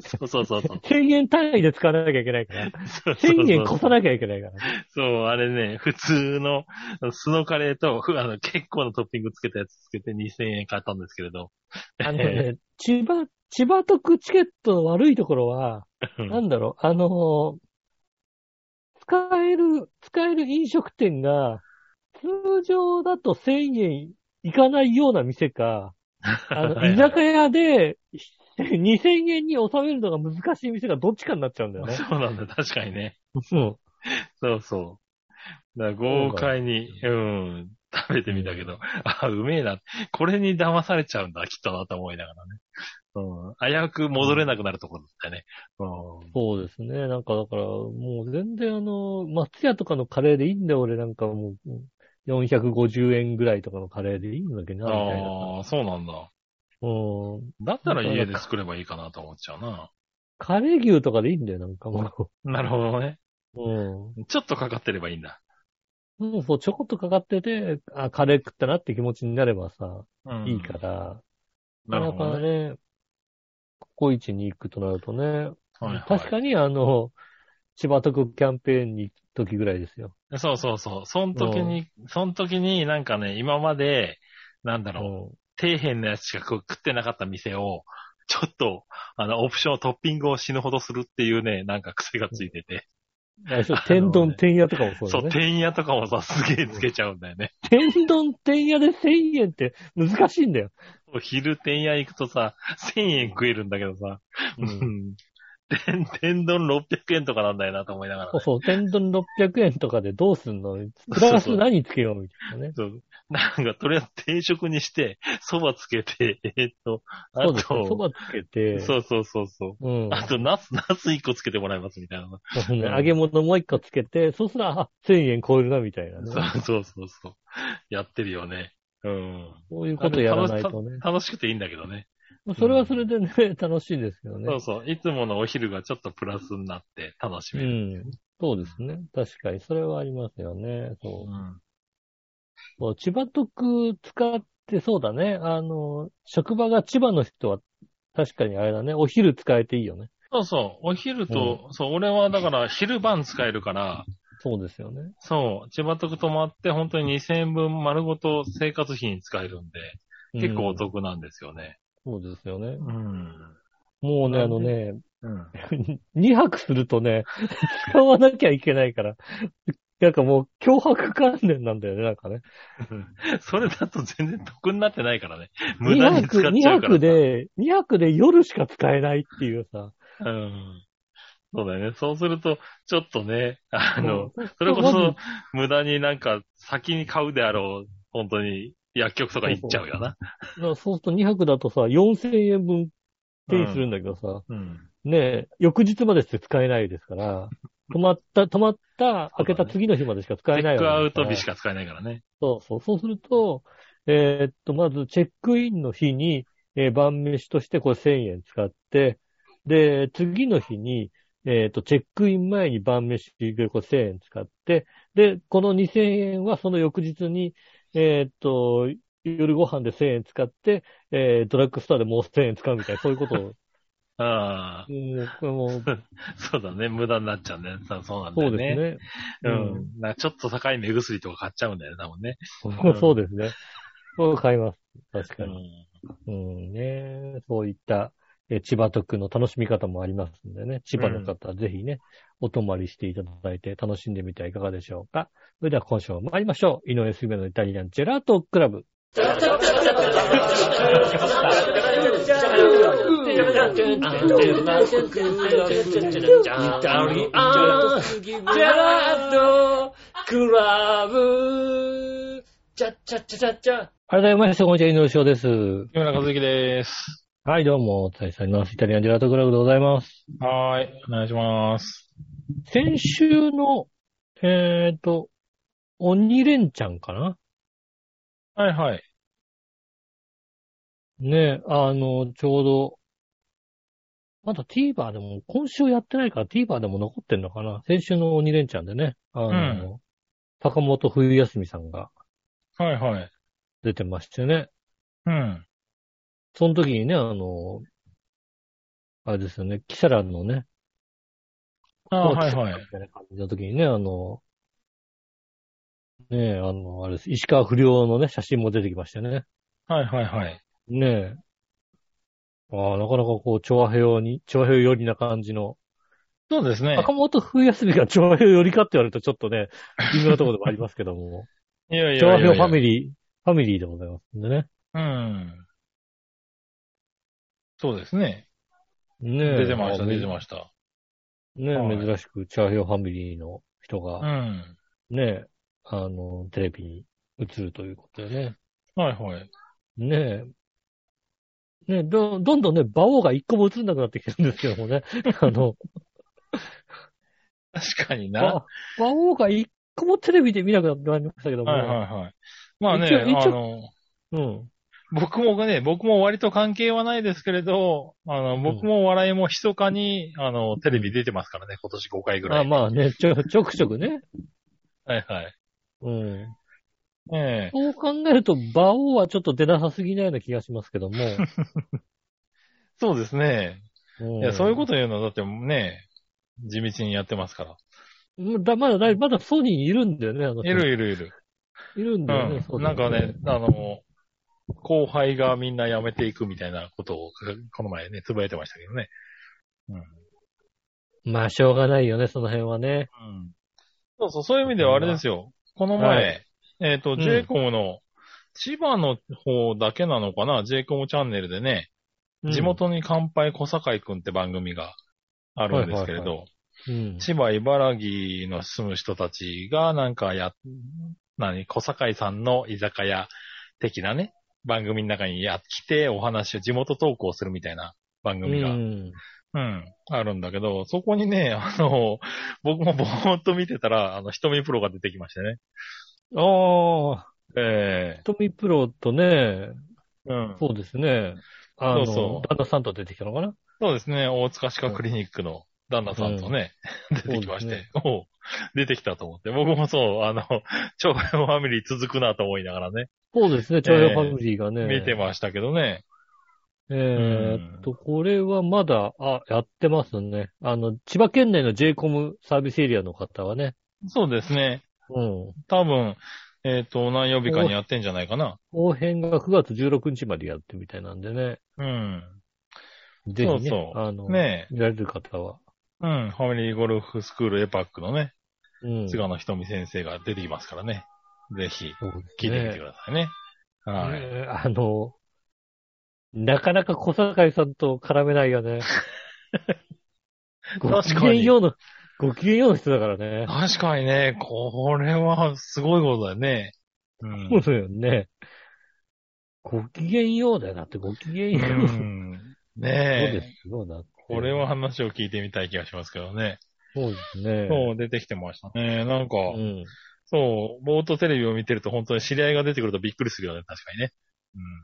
Speaker 3: そうそうそうそう。
Speaker 2: 1000円単位で使わなきゃいけないから。
Speaker 3: そうそうそう
Speaker 2: 1000円越さなきゃいけないから。
Speaker 3: そう、あれね、普通の、スノカレーと、ふあの、結構なトッピングつけたやつつけて2000円買ったんですけれど。
Speaker 2: あのね、千葉、千葉徳チケットの悪いところは、
Speaker 3: うん
Speaker 2: なんだろう、あのー使える、使える飲食店が、通常だと1000円いかないような店か、あ の、居酒屋で2000円に収めるのが難しい店がどっちかになっちゃうんだよね。
Speaker 3: そうなんだ、確かにね。
Speaker 2: そう。
Speaker 3: そうそう。だから豪快に、うん、食べてみたけど、あ、うめえな。これに騙されちゃうんだ、きっとなと思いながらね。うん。危うく戻れなくなるところだったよね。うん。
Speaker 2: そうですね。なんかだから、もう全然あの、松屋とかのカレーでいいんだよ、俺なんかもう。450円ぐらいとかのカレーでいいんだけどな、みたいな。
Speaker 3: ああ、そうなんだ。
Speaker 2: うん。
Speaker 3: だったら家で作ればいいかなと思っちゃうな。
Speaker 2: カレー牛とかでいいんだよ、なんかも
Speaker 3: なるほどね。
Speaker 2: う。うん。
Speaker 3: ちょっとかかってればいいんだ。
Speaker 2: そうそう、ちょこっとかかってて、あ、カレー食ったなって気持ちになればさ、
Speaker 3: うん。
Speaker 2: いいか。ら。
Speaker 3: なるほ
Speaker 2: か
Speaker 3: どね。
Speaker 2: ね、ココイチに行くとなるとね、
Speaker 3: はいはい
Speaker 2: 確かにあの、千葉特区キャンペーンに行く時ぐらいですよ。
Speaker 3: そうそうそう。その時に、その時になんかね、今まで、なんだろう、底辺のやつしか食ってなかった店を、ちょっと、あの、オプション、トッピングを死ぬほどするっていうね、なんか癖がついてて。
Speaker 2: うんあそう天丼、天屋とかもそう
Speaker 3: そ
Speaker 2: だ
Speaker 3: う、
Speaker 2: ね。
Speaker 3: 天屋とかもさ、すげえつけちゃうんだよね。
Speaker 2: 天丼、天屋で1000円って難しいんだよ。
Speaker 3: 昼天屋行くとさ、1000円食えるんだけどさ、
Speaker 2: うん
Speaker 3: うん。天、天丼600円とかなんだよなと思いながら、
Speaker 2: そう
Speaker 3: ね。
Speaker 2: そう、天丼600円とかでどうすんのプラス何つけようみたいなね。
Speaker 3: そうなんか、とりあえず定食にして、蕎麦つけて、えーっと、あ
Speaker 2: そう
Speaker 3: と
Speaker 2: ですね。、そばつけて、
Speaker 3: そうそうそうそう。
Speaker 2: うん。
Speaker 3: あと、ナス、ナス1個つけてもらいますみたいな。
Speaker 2: そうね揚げ物もう一個つけて、そうすら、あ、1000円超えるな、みたいなね。
Speaker 3: そうそうそうそう。やってるよね。うん。
Speaker 2: そういうことやらないとね。
Speaker 3: 楽しくていいんだけどね。
Speaker 2: まあそれはそれでね、 楽しいですけどね。
Speaker 3: そうそう。いつものお昼がちょっとプラスになって楽しめる。
Speaker 2: うん。そうですね。確かに、それはありますよね。そう。
Speaker 3: うん
Speaker 2: そう千葉特使ってそうだね。あの、職場が千葉の人は、確かにあれだね。お昼使えていいよね。
Speaker 3: そうそう。お昼と、そう、俺はだから昼晩使えるから、
Speaker 2: そうですよね。
Speaker 3: そう、千葉徳泊まって本当に2000円分丸ごと生活費に使えるんで、結構お
Speaker 2: うん
Speaker 3: 得なんですよね。
Speaker 2: そうですよね。
Speaker 3: うん。
Speaker 2: もうね、あのね、
Speaker 3: うん。
Speaker 2: 2泊するとね、使わなきゃいけないから。なんかもう、脅迫観念なんだよね、なんかね。
Speaker 3: それだと全然得になってな いからね。無
Speaker 2: 2
Speaker 3: 駄に
Speaker 2: 泊、
Speaker 3: 使っ
Speaker 2: 2
Speaker 3: ちゃうか
Speaker 2: 泊
Speaker 3: らさ。
Speaker 2: で、2泊で夜しか使えないっていうさ。
Speaker 3: うん。そうだよね。そうすると、ちょっとね、あの、
Speaker 2: うん、
Speaker 3: それこ
Speaker 2: まず
Speaker 3: そ、無駄になんか、先に買うであろう、本当に、薬局とか行っちゃうよな。
Speaker 2: そうすると2泊だとさ、4000円分手にするんだけどさ、
Speaker 3: うん。
Speaker 2: ねえ、翌日までして使えないですから、泊まった、泊まった、開けた次の日までしか使
Speaker 3: チ
Speaker 2: え
Speaker 3: ェ
Speaker 2: ない
Speaker 3: ックアウト日
Speaker 2: です
Speaker 3: し
Speaker 2: から
Speaker 3: か使えないからね。
Speaker 2: そうそう。そうすると、えーっと、まずチェックインの日に、えー晩飯としてこれ1000円使って、で、次の日に、えーっと、チェックイン前に晩飯でこれ1000円使って、で、この2000円はその翌日に、えーっと、夜ご飯で1000円使って、えードラッグストアでもう1000円使うみたいな、そういうことを。
Speaker 3: あ
Speaker 2: うんこれもう
Speaker 3: あ、そうだね。無駄になっちゃうんだよね。そうそうなんだ
Speaker 2: そ
Speaker 3: よ
Speaker 2: うです
Speaker 3: ね。
Speaker 2: ね。
Speaker 3: う。
Speaker 2: うん
Speaker 3: なんかちょっと高い目薬とか買っちゃうんだよね、多分ね。ん
Speaker 2: そうですね。そう買います。確
Speaker 3: う
Speaker 2: かに。
Speaker 3: ん。
Speaker 2: うんね、そういった、え千葉特区の楽しみ方もありますんでね、千葉の方、ぜひね、お泊まりしていただいて楽しんでみてはいかがでしょうか。それでは今週も参りましょう。井上杉村のイタリアンジェラートクラブ。改めまして、こんにちは、井上翔です。
Speaker 3: 木村和之です。
Speaker 2: はい、どうも、お伝えしております。イタリアンジェラートクラブでございます。
Speaker 3: はーい。お願いします。
Speaker 2: 先週の、えっ、と、鬼レンちゃんかな
Speaker 3: はいはい。
Speaker 2: ね、あの、ちょうど、まだ TVer でも、今週やってないから TVer でも残ってんのかな先週の鬼レンチャンでね、あの、
Speaker 3: うん
Speaker 2: 坂本冬休みさんが
Speaker 3: はいはい。
Speaker 2: 出てましてね、
Speaker 3: うん。
Speaker 2: その時にね、あの、あれですよね、キサラのね、
Speaker 3: ああ、はいは
Speaker 2: み
Speaker 3: い。
Speaker 2: たいな感じの時にね、あの、ねえ、あの、あれです、石川不良のね、写真も出てきましたよね。
Speaker 3: はいはいはい。
Speaker 2: ねえ。ああ、なかなかこう、調和平に、調和平寄りな感じの
Speaker 3: そうですね。
Speaker 2: 坂本冬休みが調和表よりかって言われるとちょっとね、微妙なところでもありますけども。
Speaker 3: い やい
Speaker 2: 調和
Speaker 3: やいや
Speaker 2: 表
Speaker 3: い
Speaker 2: フ
Speaker 3: や
Speaker 2: ァ。ミリー、ファミリーでございますんでね。
Speaker 3: うん。そうですね。
Speaker 2: ねえ
Speaker 3: 出てました、出てました。
Speaker 2: ねえ、
Speaker 3: はい
Speaker 2: 珍しく、チャーヒョーファミリーの人
Speaker 3: う
Speaker 2: が、
Speaker 3: ん。
Speaker 2: ねえ、あの、テレビに映るということでね。
Speaker 3: はいはい。
Speaker 2: ねえ。ねえ、ど、どんどんね、馬王が一個も映んなくなってきてるんですけども ね。あの、
Speaker 3: 確かにな。
Speaker 2: ば
Speaker 3: は
Speaker 2: 馬王が一個もテレビで見なくなってまいりましたけど
Speaker 3: い
Speaker 2: も。
Speaker 3: はいはい。まあね、
Speaker 2: 一応一応
Speaker 3: あの、
Speaker 2: うん。
Speaker 3: 僕もね、僕も割と関係はないですけれど、あの、僕も笑いも密かに、あの、テレビ出てますからね、今年5回ぐら
Speaker 2: あ
Speaker 3: い。
Speaker 2: まあね、ちょ、ちょくちょくね。
Speaker 3: はいはい。
Speaker 2: うん。
Speaker 3: ええ
Speaker 2: そう考えると、馬王はちょっと出なさすぎないような気がしますけ ども。
Speaker 3: そうですね。
Speaker 2: うん
Speaker 3: いや、そういうこと言うのは、だってね、地道にやってますから。
Speaker 2: うんだまだだい、まだソニーにいるんだよね、あの人
Speaker 3: いるいるいる。
Speaker 2: いるんだよね、
Speaker 3: う
Speaker 2: そ
Speaker 3: ん。
Speaker 2: だ
Speaker 3: なん
Speaker 2: よ
Speaker 3: かね、あの、後輩がみんな辞めていくみたいなことを、この前ね、つぶやいてましたけどね。
Speaker 2: まあ、しょうがないよね、その辺はね。
Speaker 3: うん。そうそう、そういう意味ではあれですよ。この前、
Speaker 2: はい
Speaker 3: えっ、と、
Speaker 2: ん
Speaker 3: j コムの、千葉の方だけなのかな、j コムチャンネルでね、地元に乾杯小堺くんって番組があるんですけれど、
Speaker 2: はいはいうん。
Speaker 3: 千葉、茨城の住む人たちが、なんかや、何、小堺さんの居酒屋的なね、番組の中にやってきてお話を、地元投稿するみたいな番組が、
Speaker 2: う
Speaker 3: うん、
Speaker 2: ん
Speaker 3: あるんだけど、そこにね、 あの、僕もぼーっと見てたら、あの、瞳プロが出てきましてね。
Speaker 2: ああ、
Speaker 3: え
Speaker 2: トミプロとね、
Speaker 3: えうん。
Speaker 2: そうですね。あの、
Speaker 3: そうそう
Speaker 2: 旦那さんと出てきたのかな
Speaker 3: そうですね、大塚歯科クリニックの旦那さんとね、出てきま
Speaker 2: そ
Speaker 3: し
Speaker 2: う
Speaker 3: て、
Speaker 2: で
Speaker 3: おう出てきたと思って、僕もそう、あの、長編ファミリー続くなと思いながらね、
Speaker 2: そうですね、チャイルドファミリーがね。
Speaker 3: 見てましたけどね。
Speaker 2: え
Speaker 3: うん
Speaker 2: ーっと、これはまだ、あ、やってますね。あの、千葉県内の j コムサービスエリアの方はね。
Speaker 3: そうですね。
Speaker 2: うん。
Speaker 3: 多分、えっ、と、何曜日かにやってんじゃないかな。
Speaker 2: 後編が9月16日までやってるみたいなんでね。
Speaker 3: うん。
Speaker 2: ぜひね、
Speaker 3: そうそう
Speaker 2: あの、
Speaker 3: ね
Speaker 2: 見られる方は。
Speaker 3: え。うん。ファミリーゴルフスクールエパックのね、
Speaker 2: うん。
Speaker 3: 菅野瞳先生が出てきますからね。ぜひ、
Speaker 2: そう
Speaker 3: 聞いてみて
Speaker 2: ね
Speaker 3: くださいね。はい。
Speaker 2: ねあの、なかなか小堺さんと絡めないよね。ご機
Speaker 3: 確か
Speaker 2: 嫌
Speaker 3: に
Speaker 2: ようの、ご機嫌ようの人だからね。
Speaker 3: 確かにね、これはすごいことだよね。う。
Speaker 2: そうんだよね。ご機嫌ようだよなって、ご機嫌
Speaker 3: う、
Speaker 2: よう。そうんで
Speaker 3: ねえ。
Speaker 2: すよ、だって。
Speaker 3: これは。話を聞いてみたい気がしますけどね。
Speaker 2: そうですね。
Speaker 3: そう、出てきてましたね。なんか、
Speaker 2: うん。
Speaker 3: そう、ボートテレビを見てると本当に知り合いが出てくるとびっくりするよね、確かにね。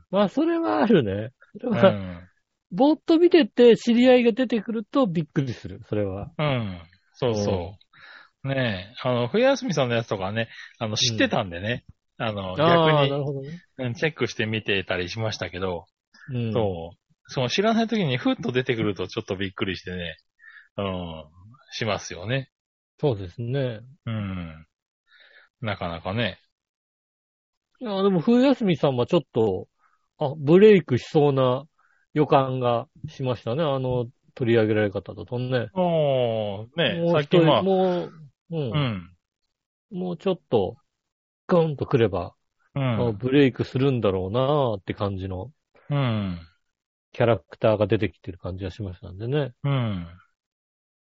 Speaker 2: まあ、それはあるね。それ
Speaker 3: うん。う
Speaker 2: は
Speaker 3: ん
Speaker 2: ぼーっと見てて、知り合いが出てくるとびっくりする、それは。
Speaker 3: うん。そうそう。ねえ。あの、冬休みさんのやつとかはね、あの、知ってたんでね。あの、
Speaker 2: ああ、な
Speaker 3: 逆
Speaker 2: るほどね。
Speaker 3: にうんチェックして見てたりしましたけど、
Speaker 2: うん。
Speaker 3: そう。その知らない時にふっと出てくるとちょっとびっくりしてね、うん、しますよね。
Speaker 2: そうですね。
Speaker 3: うん。なかなかね。
Speaker 2: いや、でも、冬休みさんはちょっと、あ、ブレイクしそうな予感がしましたね。あの、取り上げられ方だとね。
Speaker 3: おー、ねえ、
Speaker 2: も
Speaker 3: さ
Speaker 2: う
Speaker 3: っ
Speaker 2: 一
Speaker 3: き
Speaker 2: 人、
Speaker 3: まあ、
Speaker 2: もう、うん、
Speaker 3: うん。
Speaker 2: もうちょっと、ガンとくれば、
Speaker 3: う
Speaker 2: あ
Speaker 3: ん。
Speaker 2: ブレイクするんだろうなーって感じの
Speaker 3: うん。
Speaker 2: キャラクターが出てきてる感じがしましたんでね。
Speaker 3: うん。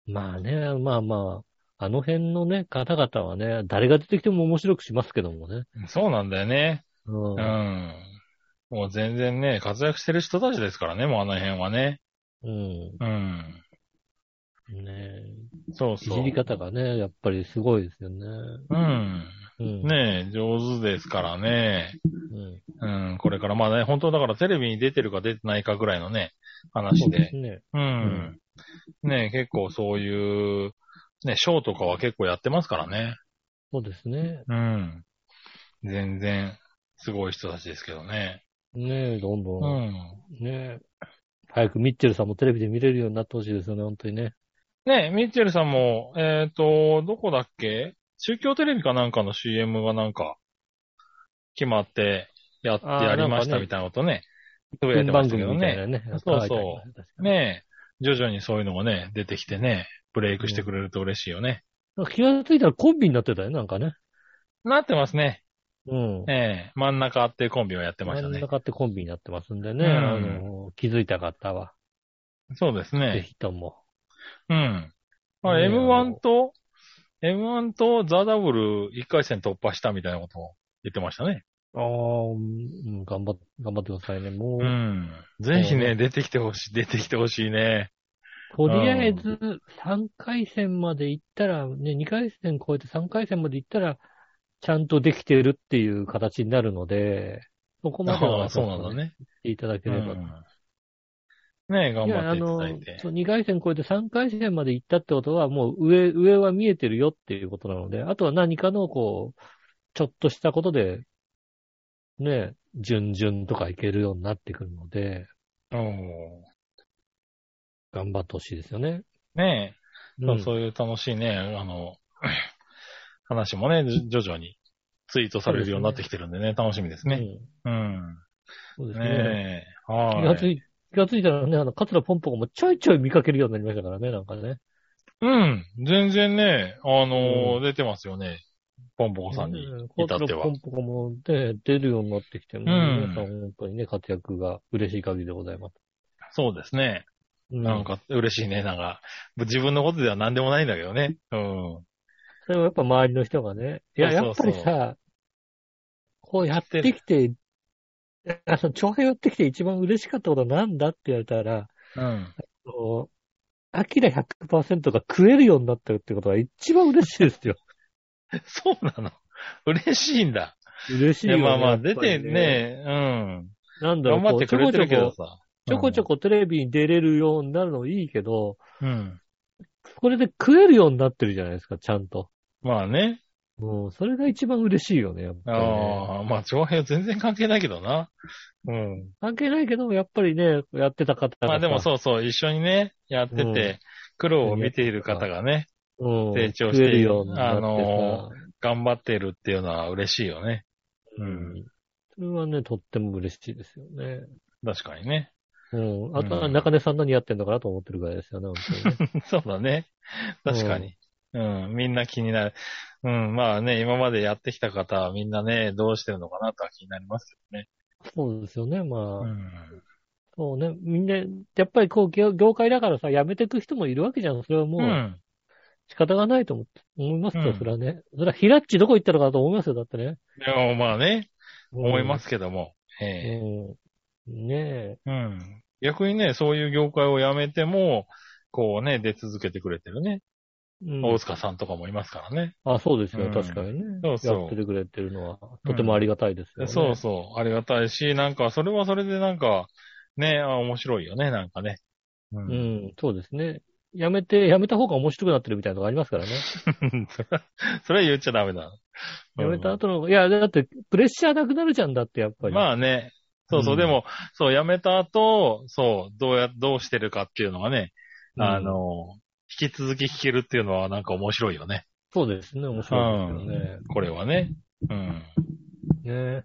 Speaker 2: まあね、まあまあ、あの辺のね、方々はね、誰が出てきても面白くしますけどもね。
Speaker 3: そうなんだよね。
Speaker 2: うん。
Speaker 3: うん。もう全然ね、活躍してる人たちですからね、もうあの辺はね。
Speaker 2: う
Speaker 3: うん。
Speaker 2: ん。ね
Speaker 3: そう
Speaker 2: い
Speaker 3: そう。
Speaker 2: じり方がね、やっぱりすごいですよね。
Speaker 3: うん。
Speaker 2: うん。
Speaker 3: ねえ、上手ですからね。
Speaker 2: うん。
Speaker 3: うん、これから、まあね、本当だからテレビに出てるか出てないかぐらいのね、話で。
Speaker 2: ね。
Speaker 3: うん。ねえ、結構そういう、ね、ショーとかは結構やってますからね。
Speaker 2: そうですね。
Speaker 3: うん。全然、すごい人たちですけどね。
Speaker 2: ねえ、どんど。
Speaker 3: うんん。
Speaker 2: ねえ。早くミッチェルさんもテレビで見れるようになってほしいですよね、本当にね。
Speaker 3: ねえ、ミッチェルさんも、えっ、と、どこだっけ宗教テレビかなんかの CM がなんか、決まって、やって
Speaker 2: あー
Speaker 3: やりま
Speaker 2: な
Speaker 3: した
Speaker 2: んかね
Speaker 3: みたいなことね、つぶやい
Speaker 2: 新
Speaker 3: てま
Speaker 2: 番
Speaker 3: したけ
Speaker 2: 組み
Speaker 3: ど
Speaker 2: たい
Speaker 3: ね。
Speaker 2: なね。
Speaker 3: そう
Speaker 2: 書
Speaker 3: そう
Speaker 2: いてありましたね
Speaker 3: ねえ、徐々にそういうのがね、出てきてね、ブレイクしてくれると嬉しいよね。
Speaker 2: なんか気がついたらコンビになってたよ、なんかね。
Speaker 3: なってますね。
Speaker 2: うん。
Speaker 3: ええ真ん中っていうコンビをやってまし
Speaker 2: 真
Speaker 3: た
Speaker 2: ん
Speaker 3: ね。
Speaker 2: 中ってコンビになってますんでね、
Speaker 3: うん
Speaker 2: あの、気づいた方は、
Speaker 3: そうです
Speaker 2: ぜ
Speaker 3: ね。
Speaker 2: ひとも。
Speaker 3: うん。まあ、
Speaker 2: ねえ
Speaker 3: M1 と、M1 とザ・ダブル1回戦突破したみたいなことを言ってましたね。
Speaker 2: ああ、うん、頑張っ、頑張ってくださいね。もう、
Speaker 3: うん。ぜひ
Speaker 2: そう
Speaker 3: ね、
Speaker 2: ね
Speaker 3: 出てきてほしい、出てきてほしいね。
Speaker 2: とりあえず、3回戦まで行ったら、ね、2回戦超えて3回戦まで行ったら、ちゃんとできてるっていう形になるので、そこまで
Speaker 3: あ
Speaker 2: は
Speaker 3: あ、 そうなん
Speaker 2: ち
Speaker 3: だ
Speaker 2: ょっと。
Speaker 3: ね。
Speaker 2: していただけ
Speaker 3: う
Speaker 2: れば。
Speaker 3: ん。ねえ、頑
Speaker 2: いや、
Speaker 3: 張っ
Speaker 2: あ
Speaker 3: ていた
Speaker 2: の
Speaker 3: だいて。
Speaker 2: そう、2回戦超えて3回戦まで行ったってことは、もう上、上は見えてるよっていうことなので、あとは何かの、こう、ちょっとしたことで、ね、順々とかいけるようになってくるので、
Speaker 3: うん
Speaker 2: 頑張ってほしいですよね。
Speaker 3: ねえ、
Speaker 2: う
Speaker 3: そ
Speaker 2: ん
Speaker 3: うそういう楽しいね、あの、 話もね、じょ徐々にツイートされるようになってきてるんでね、楽しみですね。うん。
Speaker 2: うんそうですね。
Speaker 3: ねえ、
Speaker 2: 気
Speaker 3: は
Speaker 2: が
Speaker 3: い。
Speaker 2: つい、気がついたらね、あの、カツラポンポコもちょいちょい見かけるようになりましたからね、なんかね。
Speaker 3: うん、全然ね、あのー
Speaker 2: うん
Speaker 3: 出てますよね。ポンポコさんに
Speaker 2: うん
Speaker 3: 至って
Speaker 2: カツラ
Speaker 3: は
Speaker 2: ポ。ンポコも、ね、出るようになってきて、も
Speaker 3: ん
Speaker 2: 皆さん本当にね、活躍が嬉しい限りでございます。
Speaker 3: そうですね。
Speaker 2: う
Speaker 3: なんか嬉しいね、なんか。自分のことでは何でもないんだけどね。うん。
Speaker 2: それはやっぱ周りの人がね。いや、
Speaker 3: あ
Speaker 2: や
Speaker 3: そう
Speaker 2: っ
Speaker 3: そ
Speaker 2: ぱ
Speaker 3: う
Speaker 2: りさ、こうやってきて、あの、長編やってきて一番嬉しかったことは何だって言われたら、
Speaker 3: うん。
Speaker 2: こう、アキラ100%が食えるようになってるってことは一番嬉しいですよ。
Speaker 3: そうなの。嬉しいんだ。
Speaker 2: 嬉しい
Speaker 3: い
Speaker 2: よ、
Speaker 3: や
Speaker 2: ね。
Speaker 3: まあま
Speaker 2: や
Speaker 3: あ、
Speaker 2: っぱ
Speaker 3: 出
Speaker 2: り
Speaker 3: て。ね、うん。
Speaker 2: なんだろう、
Speaker 3: 頑張
Speaker 2: こ
Speaker 3: っ
Speaker 2: う
Speaker 3: て
Speaker 2: ち
Speaker 3: く
Speaker 2: ょ
Speaker 3: れ
Speaker 2: こ
Speaker 3: て
Speaker 2: ちょ
Speaker 3: るけ
Speaker 2: こ、
Speaker 3: どさ。
Speaker 2: ちょこちょこテレビに出れるようになるのもいいけど、
Speaker 3: うん。うん。
Speaker 2: これで食えるようになってるじゃないですか、ちゃんと。
Speaker 3: まあね。
Speaker 2: もう、それが一番嬉しいよね、やっぱりね、
Speaker 3: ああ、まあ、長編全然関係ないけどな。うん。
Speaker 2: 関係ないけど、やっぱりね、やってた方がさ。
Speaker 3: まあでもそうそう、一緒にね、やって
Speaker 2: うん
Speaker 3: て、苦労を見ている方がね、
Speaker 2: うん
Speaker 3: 成長して
Speaker 2: 食えるようになってさ
Speaker 3: あの頑張ってるっていうのは嬉しいよね。うん。
Speaker 2: それはね、とっても嬉しいですよね。
Speaker 3: 確かにね。
Speaker 2: うん。あと
Speaker 3: う
Speaker 2: は
Speaker 3: ん
Speaker 2: 中根さん何やってんのかなと思ってるぐらいですよね、本当 にね
Speaker 3: そうだね。確かに。うん、みんな気になる。うん、まあね、今までやってきた方はみんなね、どうしてるのかなとは気になりますけどね。
Speaker 2: そうですよね、まあ。
Speaker 3: うん。
Speaker 2: そうね。みんな、やっぱりこう、業業界だからさ、辞めてく人もいるわけじゃん。それはも
Speaker 3: う
Speaker 2: う、
Speaker 3: ん。
Speaker 2: 仕方がないと思って思いますよ、
Speaker 3: うん
Speaker 2: それはね。それは、ヒラッチどこ行ったのかなと思いますよ、だってね。。
Speaker 3: でもまあね、思いますすけども。ええ
Speaker 2: うん。ねえ。
Speaker 3: うん。逆にね、そういう業界を辞めても、こうね、出続けてくれてるね。
Speaker 2: うん
Speaker 3: 大塚さんとかもいますからね。
Speaker 2: あ、そうですよ、
Speaker 3: うん
Speaker 2: 確かにね。
Speaker 3: そうそう
Speaker 2: やっててくれてるのは、とてもありがたいですよね。
Speaker 3: そうそう。ありがたいし、なんか、それはそれでなんか、ね、あ面白いよね、なんかね。う
Speaker 2: う。ん、そうですね。やめて、やめた方が面白くなってるみたいなのがありますからね。
Speaker 3: それは、 それは言っちゃダメだ。
Speaker 2: やめた
Speaker 3: うん
Speaker 2: 後の、いや、だって、プレッシャーなくなるじゃんだって、やっぱり。
Speaker 3: まあね。そうそう。
Speaker 2: うん
Speaker 3: でも、そう、辞めた後、そう、どうや、どうしてるかっていうのがね、あの、引き続き聞けるっていうのはなんか面白いよね。
Speaker 2: そうですね、面白いですよね。
Speaker 3: これはね。うん。
Speaker 2: ね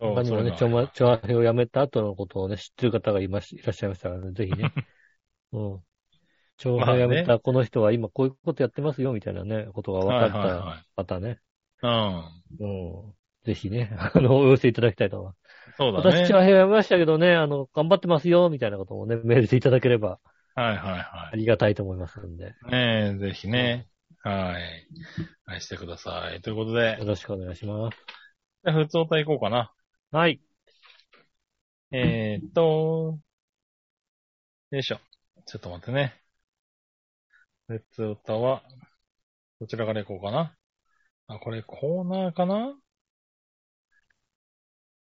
Speaker 3: そう
Speaker 2: 他にも
Speaker 3: それ
Speaker 2: ね、
Speaker 3: が
Speaker 2: ちょま、ちょわへをやめた後のことをね、知ってる方がいまし、いらっしゃいましたから ね、ぜひね。うん。ちょ
Speaker 3: まあね
Speaker 2: やめたこの人は今こういうことやってますよ、みたいなね、ことが分か
Speaker 3: はいはい
Speaker 2: っ
Speaker 3: はい
Speaker 2: た方ね。
Speaker 3: うん。
Speaker 2: うん。ぜひ ね、あの、お寄せいただきたいと思います。
Speaker 3: そうだね。
Speaker 2: 私、長編やめましたけどね、あの、頑張ってますよ、みたいなこともね、 メールでいただければ
Speaker 3: はいはいは
Speaker 2: ありがたいと思いますんで、よ
Speaker 3: い。ねえ、ぜひね。はい。愛してください。ということで、
Speaker 2: ろしくお願いします。
Speaker 3: じゃあ普通歌いこうかな。
Speaker 2: はい。
Speaker 3: えーっと、よいしょ。ちょっと待ってね。普通歌は、こちらからいこうかな。あ、これコーナーかな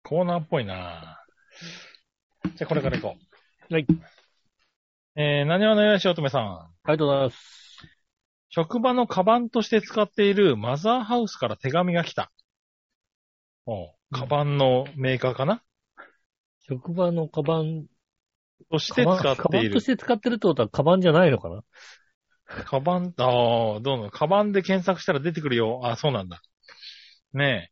Speaker 3: コーナーっぽいなじゃあこれからいこう。
Speaker 2: はい。
Speaker 3: えー、何わのよしおとめさん。
Speaker 2: ありがとうございます。
Speaker 3: 職場のカバンとして使っているマザーハウスから手紙が来た。おうカバンのメーカーかな、
Speaker 2: 職場のカバン、
Speaker 3: として使
Speaker 2: カ
Speaker 3: って
Speaker 2: バ
Speaker 3: い
Speaker 2: ンと
Speaker 3: る
Speaker 2: し。て使ってるってことはカバンじゃないのかな
Speaker 3: カバン、ああ、どうなのカバンで検索したら出てくるよ。あそうなんだ。ねえ。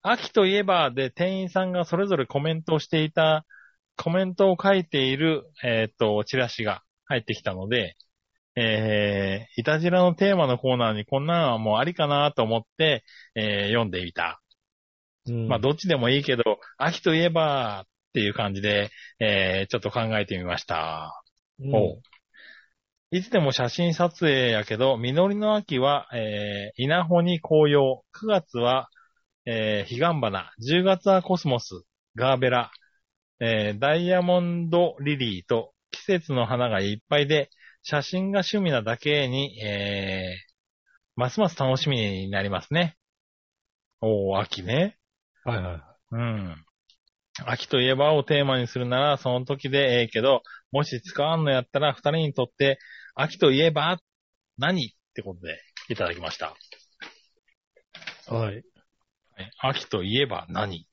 Speaker 3: 秋といえばで店員さんがそれぞれコメントをしていた、コメントを書いている、えーっ、と、チラシが入ってきたので、えー、いたじらのテーマのコーナーにこんなのはもうありかなと思って、えー読んでみた。
Speaker 2: うん
Speaker 3: まあ、どっちでもいいけど、秋といえばっていう感じで、えーちょっと考えてみました。
Speaker 2: うん
Speaker 3: おういつでも写真撮影やけど、実りの秋は、えー、稲穂に紅葉、9月は、えー、彼岸花、10月はコスモス、ガーベラ、えーダイヤモンドリリーと季節の花がいっぱいで、写真が趣味なだけに、えー、ますます楽しみになりますね。おー、秋ね。
Speaker 2: はいはい。
Speaker 3: うん。秋といえばをテーマにするなら、その時でええけど、もし使わんのやったら、二人にとって、秋といえば何ってことで、いただきました。
Speaker 2: はい。
Speaker 3: はい秋といえば何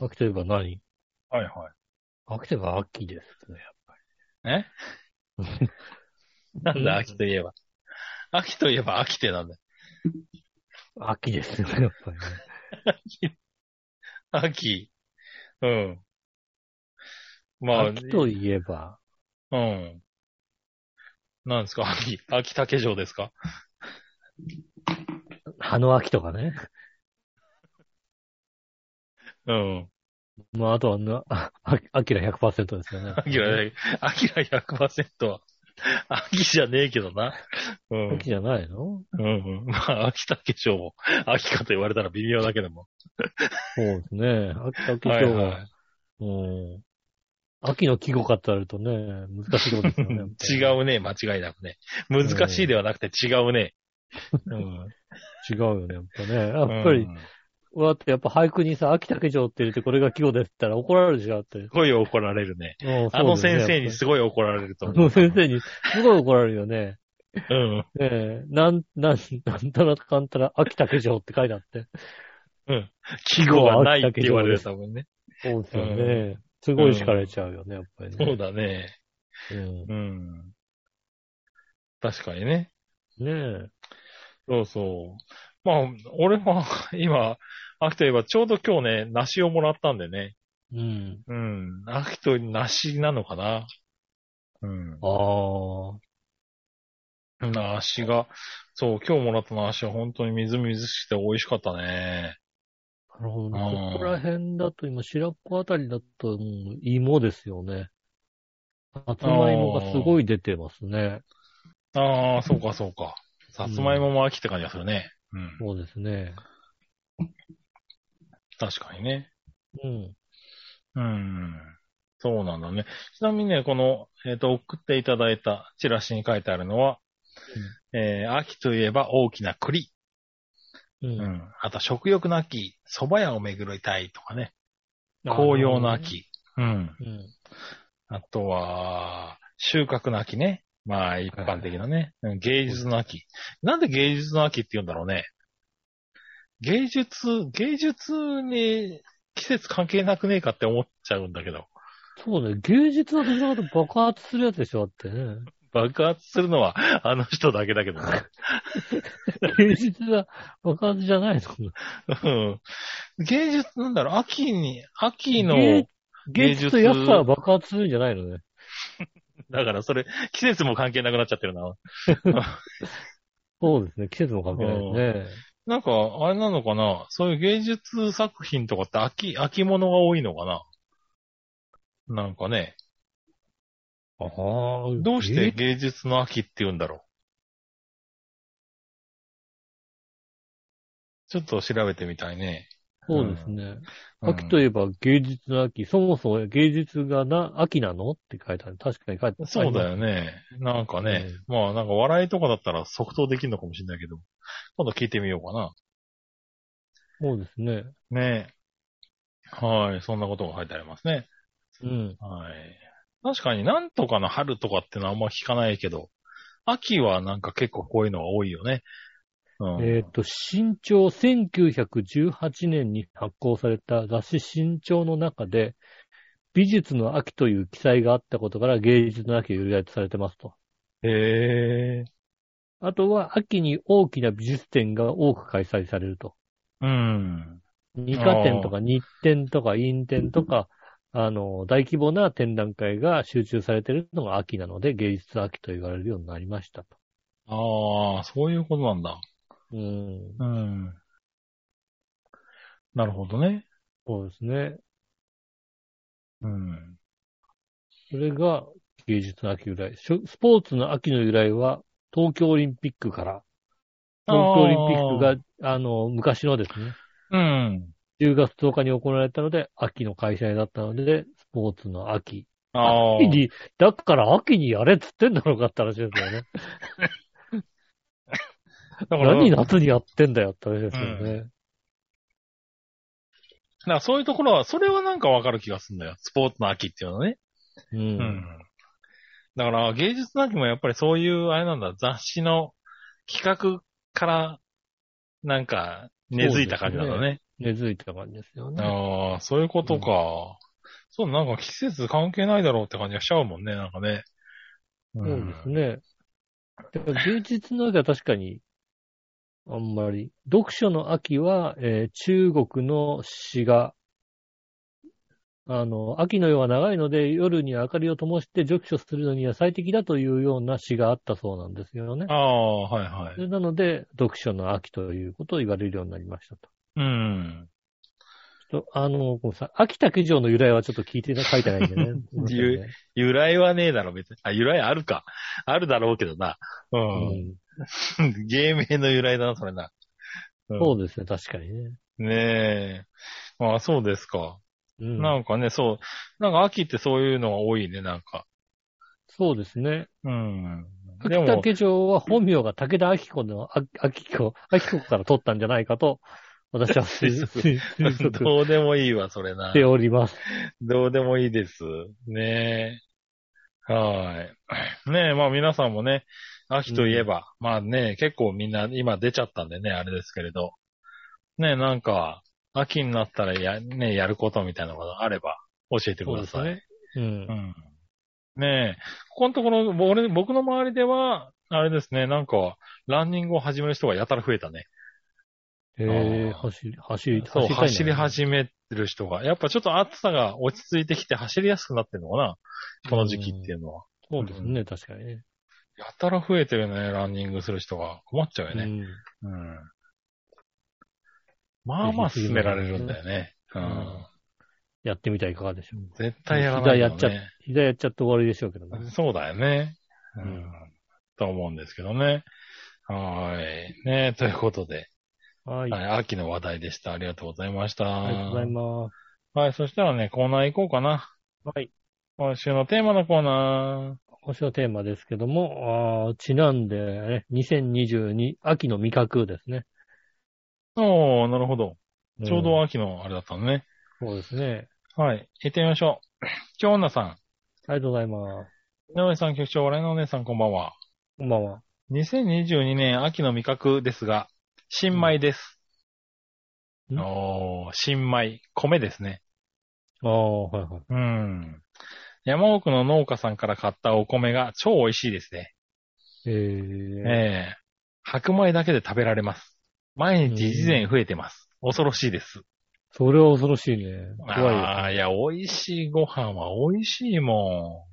Speaker 2: 秋といえば何
Speaker 3: はいは
Speaker 2: 秋といえば秋ですね。
Speaker 3: い。えなんだ、秋といえば。秋といえば秋ってなんだよ。
Speaker 2: 秋ですよね、やっぱりね。
Speaker 3: 秋。うん。まあ、
Speaker 2: 秋といえば、
Speaker 3: うん。なんですか秋、秋竹城ですか
Speaker 2: 葉の秋とかね。
Speaker 3: うん。
Speaker 2: まあ、あとはな、あ、あきら100%ですよね。
Speaker 3: アキラ、アキラ100%は、秋じゃねえけどな。うん。
Speaker 2: 秋じゃないの
Speaker 3: うんうん。まあ、秋田化粧も、秋かと言われたら微妙だけども。
Speaker 2: そうですね。秋と秋
Speaker 3: はい
Speaker 2: と、
Speaker 3: は
Speaker 2: うん。秋の季語かって言われるとね、難しいことですよね。やっぱ
Speaker 3: い。
Speaker 2: り
Speaker 3: 違うね、間違いなくね。難しいではなくて違うね。うん。
Speaker 2: 違うよね、やっぱね。やっぱり、
Speaker 3: うん
Speaker 2: うわってやっぱ俳句にさ、秋竹城って入れてこれが季語ですって言ったら怒られるじゃんって。
Speaker 3: すごい怒られるね。
Speaker 2: うん
Speaker 3: あの先生に、すごい怒られると思う。
Speaker 2: そうですねやっぱりあの先生にすごい怒られるよね。
Speaker 3: うん。
Speaker 2: ねえ、なん、なん、 なんたらかんたら秋竹城って書いてあって。
Speaker 3: 季語がないって言われる多分ね。
Speaker 2: そうですよね。
Speaker 3: う
Speaker 2: すごい惹かれちゃうよね、やっぱり
Speaker 3: そう
Speaker 2: ね。
Speaker 3: だね。
Speaker 2: うん
Speaker 3: うん。確かにね。
Speaker 2: ね
Speaker 3: そうそう。まあ、俺も今、秋といえば、ちょうど今日ね、梨をもらったんでね。
Speaker 2: え。うん。
Speaker 3: うん。秋と梨なのかな。うん。
Speaker 2: ああ。
Speaker 3: 梨が、そう、今日もらった梨は本当にみずみずしくて美味しかったね。
Speaker 2: なるほど、
Speaker 3: うん
Speaker 2: ね。ここら辺だと、今、白子あたりだと、もう芋ですよね。さつまいもがすごい出てますね。
Speaker 3: ああ、そうかそうか。さつまいもも秋って感じがするね。うん。
Speaker 2: そうですね。
Speaker 3: 確かにね。
Speaker 2: うん。
Speaker 3: うん。そうなんだね。ちなみにね、この、えっ、と、送っていただいたチラシに書いてあるのは、えー秋といえば大きな栗
Speaker 2: う。
Speaker 3: うんん。あと、食欲の秋、蕎麦屋を巡りたいとかね。紅葉の秋。うん。
Speaker 2: うん。
Speaker 3: あとは、収穫の秋ね。まあ、一般的なね。うん芸術の秋。なんで芸術の秋って言うんだろうね。芸術、芸術に季節関係なくねえかって思っちゃうんだけど。
Speaker 2: そうね。芸術のどちらかと爆発するやつでしょ、だって ね。
Speaker 3: 爆発するのはあの人だけだけどね。
Speaker 2: 芸術が爆発じゃないの
Speaker 3: うん。芸術、なんだろう、秋に、秋の、
Speaker 2: 芸芸
Speaker 3: 芸
Speaker 2: 術
Speaker 3: 術
Speaker 2: と安さは爆発するんじゃないのね。
Speaker 3: だからそれ、季節も関係なくなっちゃってるな。
Speaker 2: そうですね。季節も関係ないですね。
Speaker 3: なんか、あれなのかなそういう芸術作品とかって秋、秋物が多いのかななんかね、
Speaker 2: ああ、
Speaker 3: どうして
Speaker 2: え
Speaker 3: 芸術の秋って言うんだろうちょっと調べてみたいね。
Speaker 2: そうですね。
Speaker 3: うん
Speaker 2: 秋といえば芸術の秋。そもそも芸術がな、秋なのって書いてある。確かに書いてある。
Speaker 3: そうだよね。なんかね、まあなんか笑いとかだったら即答できるのかもしれないけど、今度聞いてみようかな。
Speaker 2: そうですね。
Speaker 3: ねえ。はい、そんなことが書いてありますね。
Speaker 2: うん。
Speaker 3: はい。確かになんとかの春とかってのはあんま聞かないけど、秋はなんか結構こういうのが多いよね。うん。
Speaker 2: えっ、と、新潮、1918年に発行された雑誌新潮の中で、美術の秋という記載があったことから芸術の秋を由来とされてますと。
Speaker 3: へえ。
Speaker 2: あとは秋に大きな美術展が多く開催されると。
Speaker 3: うん。
Speaker 2: 二課展とか日展とか陰展とか、あの、大規模な展覧会が集中されているのが秋なので、芸術秋と言われるようになりましたと。
Speaker 3: ああ、そういうことなんだ。
Speaker 2: うん。
Speaker 3: うん。なるほどね。
Speaker 2: そうですね。
Speaker 3: うん。
Speaker 2: それが芸術の秋由来。しょスポーツの秋の由来は、東京オリンピックから。東京オリンピックが、あの、昔のですね、
Speaker 3: うん。
Speaker 2: 10月10日に行われたので、秋の開催だったので、スポーツの秋。
Speaker 3: ああ
Speaker 2: 秋。に、だから秋にやれっつってんだろうかって話ですよね。
Speaker 3: だから
Speaker 2: 何夏にやってんだよって話ですよね。
Speaker 3: なんかそういうところは、それはなんかわかる気がするんだよ。スポーツの秋っていうのはね。
Speaker 2: う。。
Speaker 3: うんだから、芸術の秋もやっぱりそういう、あれなんだ、雑誌の企画から、なんか、根付いた感じなんだね。
Speaker 2: 根付いた感じですよね。
Speaker 3: ああ、そういうことか。そう、なんか季節関係ないだろうって感じがしちゃうもんね、なんかね。
Speaker 2: そ
Speaker 3: う
Speaker 2: うです。ね。だから芸術の秋は確かに、あんまり。読書の秋は、えー中国の詩が、あの、秋の夜は長いので、夜に明かりを灯して読書するのには最適だというような詩があったそうなんですよね。
Speaker 3: ああ、はいは
Speaker 2: そ
Speaker 3: い。
Speaker 2: れなので、読書の秋ということを言われるようになりましたと。
Speaker 3: うん。
Speaker 2: ちょっとあの、ごめんなさい秋田九条の由来はちょっと聞いてな、書いてないんでね。ごめんなさいね
Speaker 3: 由来はねえだろ、別に。あ、由来あるか。あるだろうけどな。うん。
Speaker 2: うん
Speaker 3: 芸名の由来だな、それな。うん
Speaker 2: そうですね、確かにね。
Speaker 3: ねえ。ああ、そうですか。
Speaker 2: うん、
Speaker 3: なんかね、そう。なんか秋ってそういうのが多いね、なんか。
Speaker 2: そうですね。
Speaker 3: うん。で
Speaker 2: 秋
Speaker 3: も
Speaker 2: 田、家城は本名が武田明子の、あ秋子、秋子から取ったんじゃないかと、私は推推
Speaker 3: 推
Speaker 2: 推測し
Speaker 3: どうでもいいわ、それな。
Speaker 2: ております。
Speaker 3: どうでもいいです。ねえ。はーい。ねえ、まあ皆さんもね、秋といえば、まあね、結構みんな今出ちゃったんでね、あれですけれど。ねえ、なんか、秋になったらや、ね、やることみたいなのがあれば、教えてくださ
Speaker 2: そ
Speaker 3: い。
Speaker 2: うでうん
Speaker 3: う。ん。ねえ、ここのところ、ぼ俺、僕の周りでは、あれですね、なんか、ランニングを始める人がやたら増えたね。
Speaker 2: へえ
Speaker 3: あー
Speaker 2: 走り、走り、
Speaker 3: そう、走り
Speaker 2: 走
Speaker 3: 始めてる人が。やっぱちょっと暑さが落ち着いてきて走りやすくなってるのかなこの時期っていうのは。
Speaker 2: そうですね、確かにね。
Speaker 3: やたら増えてるね、ランニングする人が。困っちゃうよ
Speaker 2: う
Speaker 3: ね。
Speaker 2: ん
Speaker 3: うん。まあまあ進められるんだよね。う
Speaker 2: うん
Speaker 3: ん。
Speaker 2: やってみたらいかがでしょう
Speaker 3: 絶対やらないよ、ね。
Speaker 2: 膝やっち膝やっちゃって終わりでしょうけどね。
Speaker 3: そうだよね。う
Speaker 2: うんん。
Speaker 3: と思うんですけどね。はーい。ねということで、
Speaker 2: はい。
Speaker 3: は
Speaker 2: あ
Speaker 3: い、秋の話題でした。ありがとうございました。
Speaker 2: りがとうございます。
Speaker 3: はい、そしたらね、コーナー行こうかな。
Speaker 2: はい。
Speaker 3: 今週のテーマのコーナ
Speaker 2: 今週のテーマですけども、あーちなんで、ね、2022秋の味覚ですね。
Speaker 3: ー。おー、なるほど。
Speaker 2: ん
Speaker 3: ちょうど秋のあれだったのね。
Speaker 2: そうですね。
Speaker 3: はい。行ってみましょう。今日女さん。
Speaker 2: ありがとうございます。
Speaker 3: 井上さん局長、俺のお姉さんこんばんは。
Speaker 2: こんばんは。
Speaker 3: 2022年秋の味覚ですが、新米です。
Speaker 2: うん
Speaker 3: おー、新米。米ですね。
Speaker 2: ああ、はいはい。
Speaker 3: うん。山奥の農家さんから買ったお米が超美味しいですね。
Speaker 2: え
Speaker 3: え
Speaker 2: え
Speaker 3: え白米だけで食べられます。毎日以前増えてます。恐ろしいです。
Speaker 2: それは恐ろしいね。怖いよ、
Speaker 3: ああ、いや、美味しいご飯は美味しいも。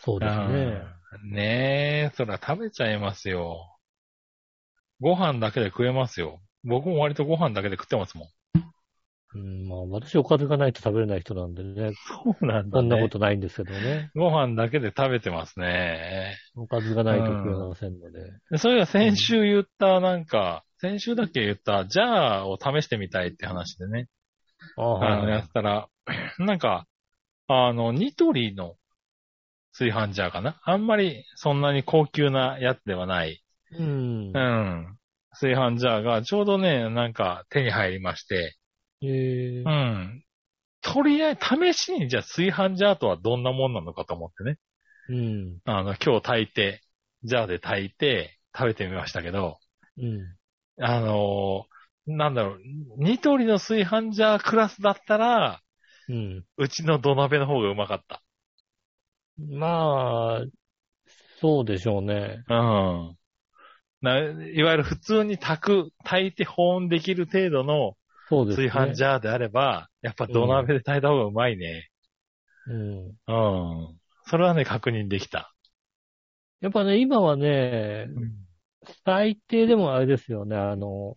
Speaker 2: そうんですね。
Speaker 3: うんねえ、そら食べちゃいますよ。ご飯だけで食えますよ。僕も割とご飯だけで食ってますもん。
Speaker 2: うん、まあ、私、おかずがないと食べれない人なんでね、
Speaker 3: そうなん
Speaker 2: そんなことないんですけどね。
Speaker 3: ご飯だけで食べてますね。
Speaker 2: おかずがないと食えませんので。
Speaker 3: でそれが先週言った、なんか、先週だっけ言った、ジャーを試してみたいって話でね。
Speaker 2: ああ、
Speaker 3: あの、
Speaker 2: は
Speaker 3: や
Speaker 2: い
Speaker 3: っ。たら、 なんか、あの、ニトリの炊飯ジャーかなあんまりそんなに高級なやつではない。
Speaker 2: うん
Speaker 3: う。ん。炊飯ジャーがちょうどね、なんか手に入りまして。
Speaker 2: ええ
Speaker 3: うん。とりあえず、試しにじゃあ炊飯ジャーとはどんなもんなのかと思ってね。
Speaker 2: うん。
Speaker 3: あの、今日炊いて、ジャーで炊いて食べてみましたけど、
Speaker 2: うん。
Speaker 3: あのーなんだろう、ニトリの炊飯ジャークラスだったら、
Speaker 2: うん。
Speaker 3: うちの土鍋の方がうまかった。
Speaker 2: まあ、そうでしょうね。
Speaker 3: うん。な、いわゆる普通に炊く、炊いて保温できる程度の
Speaker 2: そうです
Speaker 3: 炊
Speaker 2: ね。
Speaker 3: 飯ジャーであれば、やっぱ土鍋で炊いた方がうまいね。
Speaker 2: うん。
Speaker 3: うん。それはね、確認できた。
Speaker 2: やっぱね、今はね、最低でもあれですよね、あの、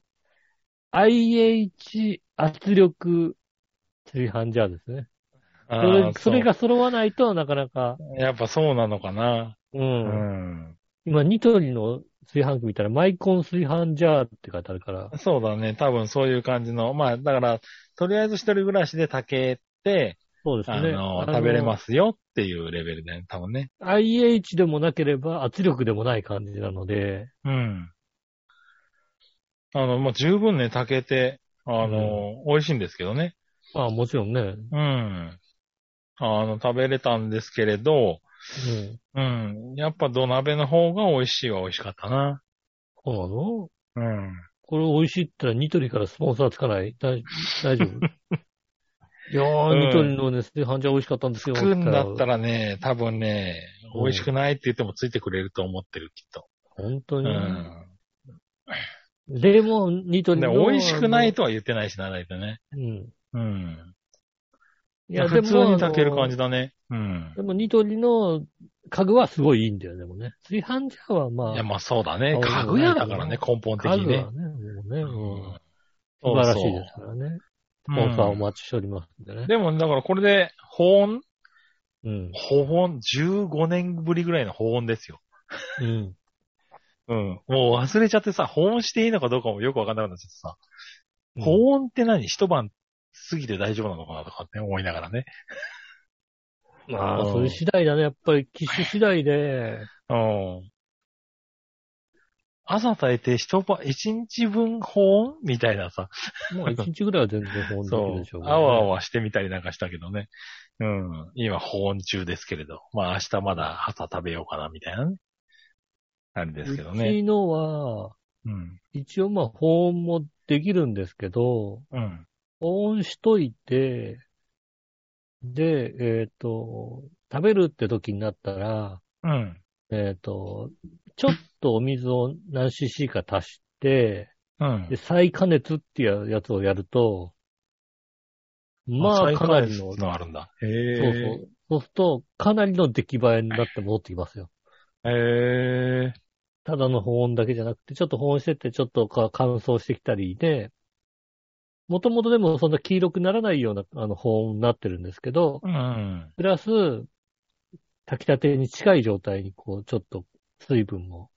Speaker 2: IH 圧力炊飯ジャーですね。そ
Speaker 3: あー
Speaker 2: れそれ。が揃わないとなかなか、
Speaker 3: うやっぱそうなのかな。
Speaker 2: う。
Speaker 3: うんん。
Speaker 2: 今、ニトリの炊飯器見たら、マイコン炊飯ジャーって書いてあるから、
Speaker 3: そうだね。多分そういう感じの。まあ、だから、とりあえず一人暮らしで炊けて、
Speaker 2: そうですね。。
Speaker 3: あの、食べれますすよっていうレベルだよね、多分ね。
Speaker 2: IH でもなければ圧力でもない感じなので、
Speaker 3: うん。あの、もう十分ね、炊けて、あの、美味しいんですけどね。
Speaker 2: まあもちろんね、う
Speaker 3: うん。あの、食べれたんですけれど、
Speaker 2: ん。
Speaker 3: うん。やっぱ土鍋の方が美味しいは美味しかったな。
Speaker 2: そうなの
Speaker 3: うん。
Speaker 2: これ美味しいって言ったらニトリからスポンサーつか ない大大丈夫いやー、
Speaker 3: うん
Speaker 2: ニトリのね、炊飯ジャー美味しかったんですよ。
Speaker 3: 食うんだった
Speaker 2: ら。
Speaker 3: らね、多分ね、
Speaker 2: うん
Speaker 3: 美味しくないって言ってもついてくれると思ってる、きっと。
Speaker 2: 本当
Speaker 3: う
Speaker 2: に。
Speaker 3: ん。
Speaker 2: でも、ニトリ
Speaker 3: で、
Speaker 2: の。
Speaker 3: 美味しくないとは言ってないしな、だいたいね。
Speaker 2: あの。うん。
Speaker 3: うん。
Speaker 2: い
Speaker 3: いや、普通に炊ける感じだね。うん。
Speaker 2: でもニトリの家具はすごいいいんだよね、でもね。炊飯ジャーはまあ、
Speaker 3: いや、まあそうだね。
Speaker 2: そう
Speaker 3: 家具屋だからね、根本的
Speaker 2: 家
Speaker 3: に
Speaker 2: 具
Speaker 3: ね
Speaker 2: は。ね、もうね、うん
Speaker 3: そ
Speaker 2: 素
Speaker 3: う
Speaker 2: 晴
Speaker 3: そう
Speaker 2: らしいですからね。スポンサーお待ちしておりますんでね。
Speaker 3: でも、だからこれで、保温、
Speaker 2: うん。
Speaker 3: 保温、15年ぶりぐらいの保温ですよ。
Speaker 2: うん。
Speaker 3: うん。もう忘れちゃってさ、保温していいのかどうかもよくわかんなくなっちゃってさ、
Speaker 2: うん
Speaker 3: 保温って何一晩過ぎて大丈夫なのかなとかって思いながらね。
Speaker 2: まあ、
Speaker 3: うん
Speaker 2: それ次第だね。やっぱり機種次第で、
Speaker 3: うん。朝炊いて一晩、一日分保温みたいなさ、
Speaker 2: もう一日ぐらいは全然保温できる
Speaker 3: そ
Speaker 2: でしょ
Speaker 3: う
Speaker 2: う、
Speaker 3: あわあわしてみたりなんかしたけどね。うん。今保温中ですけれど。まあ明日まだ朝食べようかなみたいなね。あれですけど
Speaker 2: う
Speaker 3: ね。
Speaker 2: ちのは、
Speaker 3: うん。
Speaker 2: 一応まあ保温もできるんですけど、
Speaker 3: うん。
Speaker 2: 保温しといて、で、えっ、と、食べるって時になったら、
Speaker 3: うん。
Speaker 2: えっ、と、ちょっとお水を何 cc か足して、
Speaker 3: うん
Speaker 2: で、。再加熱っていうやつをやると、まあ、かなりの、そう
Speaker 3: のあるんだ。
Speaker 2: そう
Speaker 3: へえ。。
Speaker 2: そうすると、かなりの出来栄えになって戻ってきますよ。
Speaker 3: へえ。
Speaker 2: ただの保温だけじゃなくて、ちょっと保温してって、ちょっとか乾燥してきたりで、もともとでもそんな黄色くならないようなあの保温になってるんですけど、
Speaker 3: うん。
Speaker 2: プラス、炊きたてに近い状態に、こう、ちょっと水分も、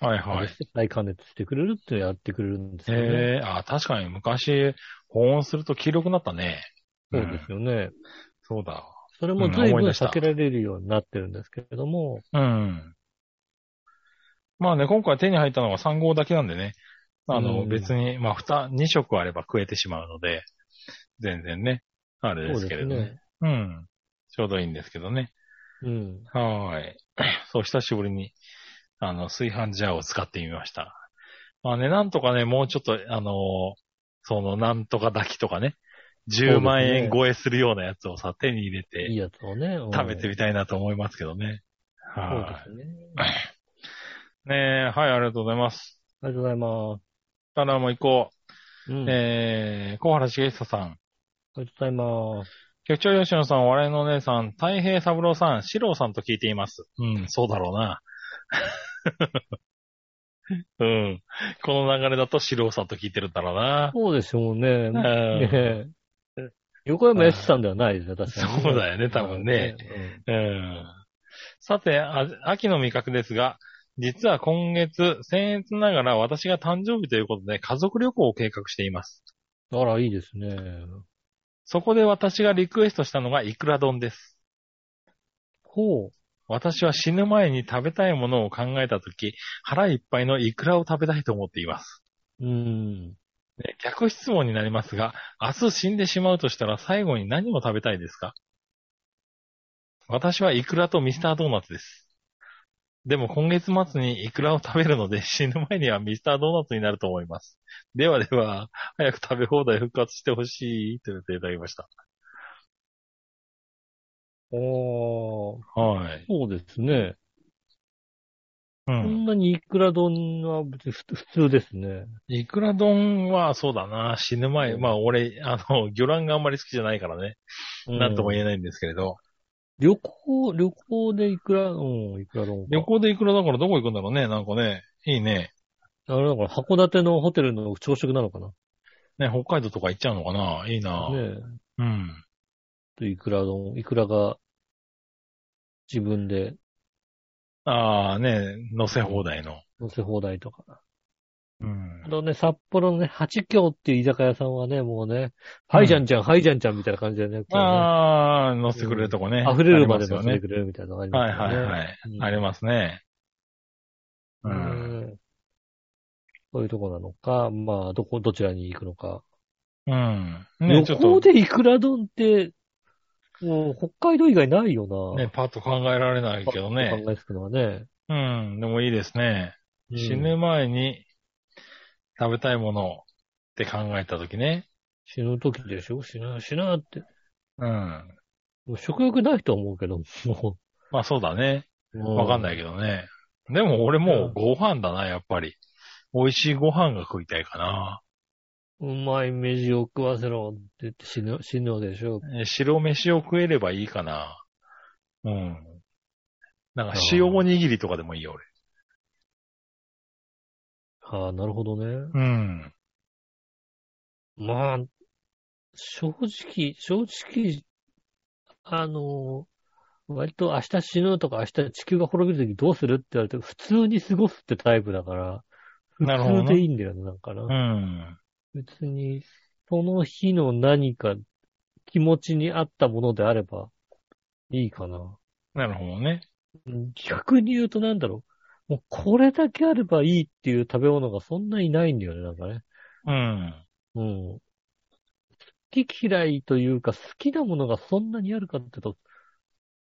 Speaker 3: はい
Speaker 2: あ
Speaker 3: は
Speaker 2: れ
Speaker 3: い
Speaker 2: し。て再加熱してくれるってやってくれるんですよね。
Speaker 3: へえ。あ、確かに昔、保温すると黄色くなったね。
Speaker 2: そうですよね。
Speaker 3: そうだわ。
Speaker 2: それも
Speaker 3: うん
Speaker 2: 随
Speaker 3: 思い
Speaker 2: 分
Speaker 3: 出した
Speaker 2: 避けられるようになってるんですけれども、
Speaker 3: うん。まあね、今回手に入ったのが3号だけなんでね。あの、
Speaker 2: うん
Speaker 3: 別に、まあ2、2色あれば食えてしまうので、全然ね、あれですけれどね。
Speaker 2: そうですね
Speaker 3: うん。ちょうどいいんですけどね。
Speaker 2: うん。
Speaker 3: はーい。 そう、久しぶりに、あの、炊飯ジャーを使ってみました。まあね、なんとかね、もうちょっと、あのーその、なんとか抱きとかね、10万
Speaker 2: そうです
Speaker 3: 円
Speaker 2: ね
Speaker 3: 超えするようなやつをさ、手に入れ
Speaker 2: いい
Speaker 3: て、
Speaker 2: やつをね。うん
Speaker 3: 食べてみたいなと思いますけどね。
Speaker 2: そう
Speaker 3: はい。
Speaker 2: ですね。
Speaker 3: ねえ、はい、ありがとうございます。
Speaker 2: ありがとうございます。
Speaker 3: ただもう行こ
Speaker 2: うん
Speaker 3: う。えー、小原茂久さん。
Speaker 2: ありがとうございます。
Speaker 3: 局長吉野さん、我々のお姉さん、太平三郎さん、四郎さんと聞いています。うん、そうだろうな。 うん。この流れだと四郎さんと聞いてるんだろうな。
Speaker 2: そうでしょうね。ね
Speaker 3: うん。
Speaker 2: え横山 S さんではないですね、確かに。
Speaker 3: そうだよね多分ね
Speaker 2: うん。
Speaker 3: うんさて、あ秋の味覚ですが、実は今月、僭越ながら私が誕生日ということで家族旅行を計画しています。
Speaker 2: あら、いいですね。
Speaker 3: そこで私がリクエストしたのがイクラ丼です。
Speaker 2: ほう。
Speaker 3: 私は死ぬ前に食べたいものを考えたとき、腹いっぱいのイクラを食べたいと思っています。
Speaker 2: うん。
Speaker 3: ね逆質問になりますが、明日死んでしまうとしたら最後に何を食べたいですか私はイクラとミスタードーナツです。でも今月末にイクラを食べるので死ぬ前にはミスタードーナツになると思います。ではでは、早く食べ放題復活してほしいと言っていただきました。
Speaker 2: おー
Speaker 3: はい。
Speaker 2: そうですね。
Speaker 3: う
Speaker 2: そ
Speaker 3: ん。
Speaker 2: んなにいくら丼は別にふ普通ですね。
Speaker 3: いくら丼は、そうだな、死ぬ前、まあ俺、あの、魚卵があんまり好きじゃないからね、なんとも
Speaker 2: え
Speaker 3: 言えないんですけれど、
Speaker 2: 旅行、旅行でいくら、うん、いくら丼か。
Speaker 3: 旅行でいくらだからどこ行くんだろうね、なんかね、いいね。
Speaker 2: あれだから函館のホテルの朝食なのかな。
Speaker 3: ね、北海道とか行っちゃうのかな、いいな。
Speaker 2: ねえ。
Speaker 3: うん。
Speaker 2: といくら丼、いくらが自分で
Speaker 3: ああ、ね、乗せ放題の。
Speaker 2: 乗せ放題とか。
Speaker 3: うん
Speaker 2: あ。のね、札幌のね、八京っていう居酒屋さんはね、もうね、はいじゃんちゃん、はいじゃんちゃんみたいな感じでね、こうね
Speaker 3: ああ、乗せてくれるとこね。
Speaker 2: 溢れるまで
Speaker 3: あり
Speaker 2: 乗
Speaker 3: す
Speaker 2: せて
Speaker 3: よね。
Speaker 2: くれるみたいなのがありま
Speaker 3: はい
Speaker 2: すよね。
Speaker 3: はいはい。
Speaker 2: うん
Speaker 3: ありますね。う。
Speaker 2: うんんそういうとこなのか、まあ、どこ、どちらに行くのか。
Speaker 3: うん。ね、ち
Speaker 2: 旅
Speaker 3: ょっと
Speaker 2: 行。でいくら丼って、もう北海道以外ないよな。
Speaker 3: ね、パッと考えられないけどね。
Speaker 2: 考えつくのはね。
Speaker 3: うん、でもいいですね。
Speaker 2: うん
Speaker 3: 死ぬ前に食べたいものをって考えたときね。
Speaker 2: 死ぬ時でしょ死ぬ、死ぬって。
Speaker 3: うん。
Speaker 2: もう食欲ないと思うけど、も
Speaker 3: まあそうだね。
Speaker 2: う。。
Speaker 3: わかんないいけどね。でも俺もうご飯だな、やっぱり。美味しいご飯が食いたいかな。
Speaker 2: うまい飯を食わせろって言って死ぬ、死ぬでしょ
Speaker 3: え白飯を食えればいいかな。うん。なんか塩おにぎりとかでもいいよ、俺。
Speaker 2: ああ、なるほどね。
Speaker 3: うん。
Speaker 2: まあ、正直、正直、あのー割と明日死ぬとか明日地球が滅びるときどうするって言われて、普通に過ごすってタイプだから、普
Speaker 3: なるほどね
Speaker 2: 通でいいんだよね、なんかな。
Speaker 3: うん。
Speaker 2: 別に、その日の何か気持ちに合ったものであればいいかな。
Speaker 3: なるほどね。
Speaker 2: うん逆に言うとなんだろう。もうこれだけあればいいっていう食べ物がそんなにないんだよね、なんかね。
Speaker 3: うん。
Speaker 2: うん。好き嫌いというか、好きなものがそんなにあるかっていうと、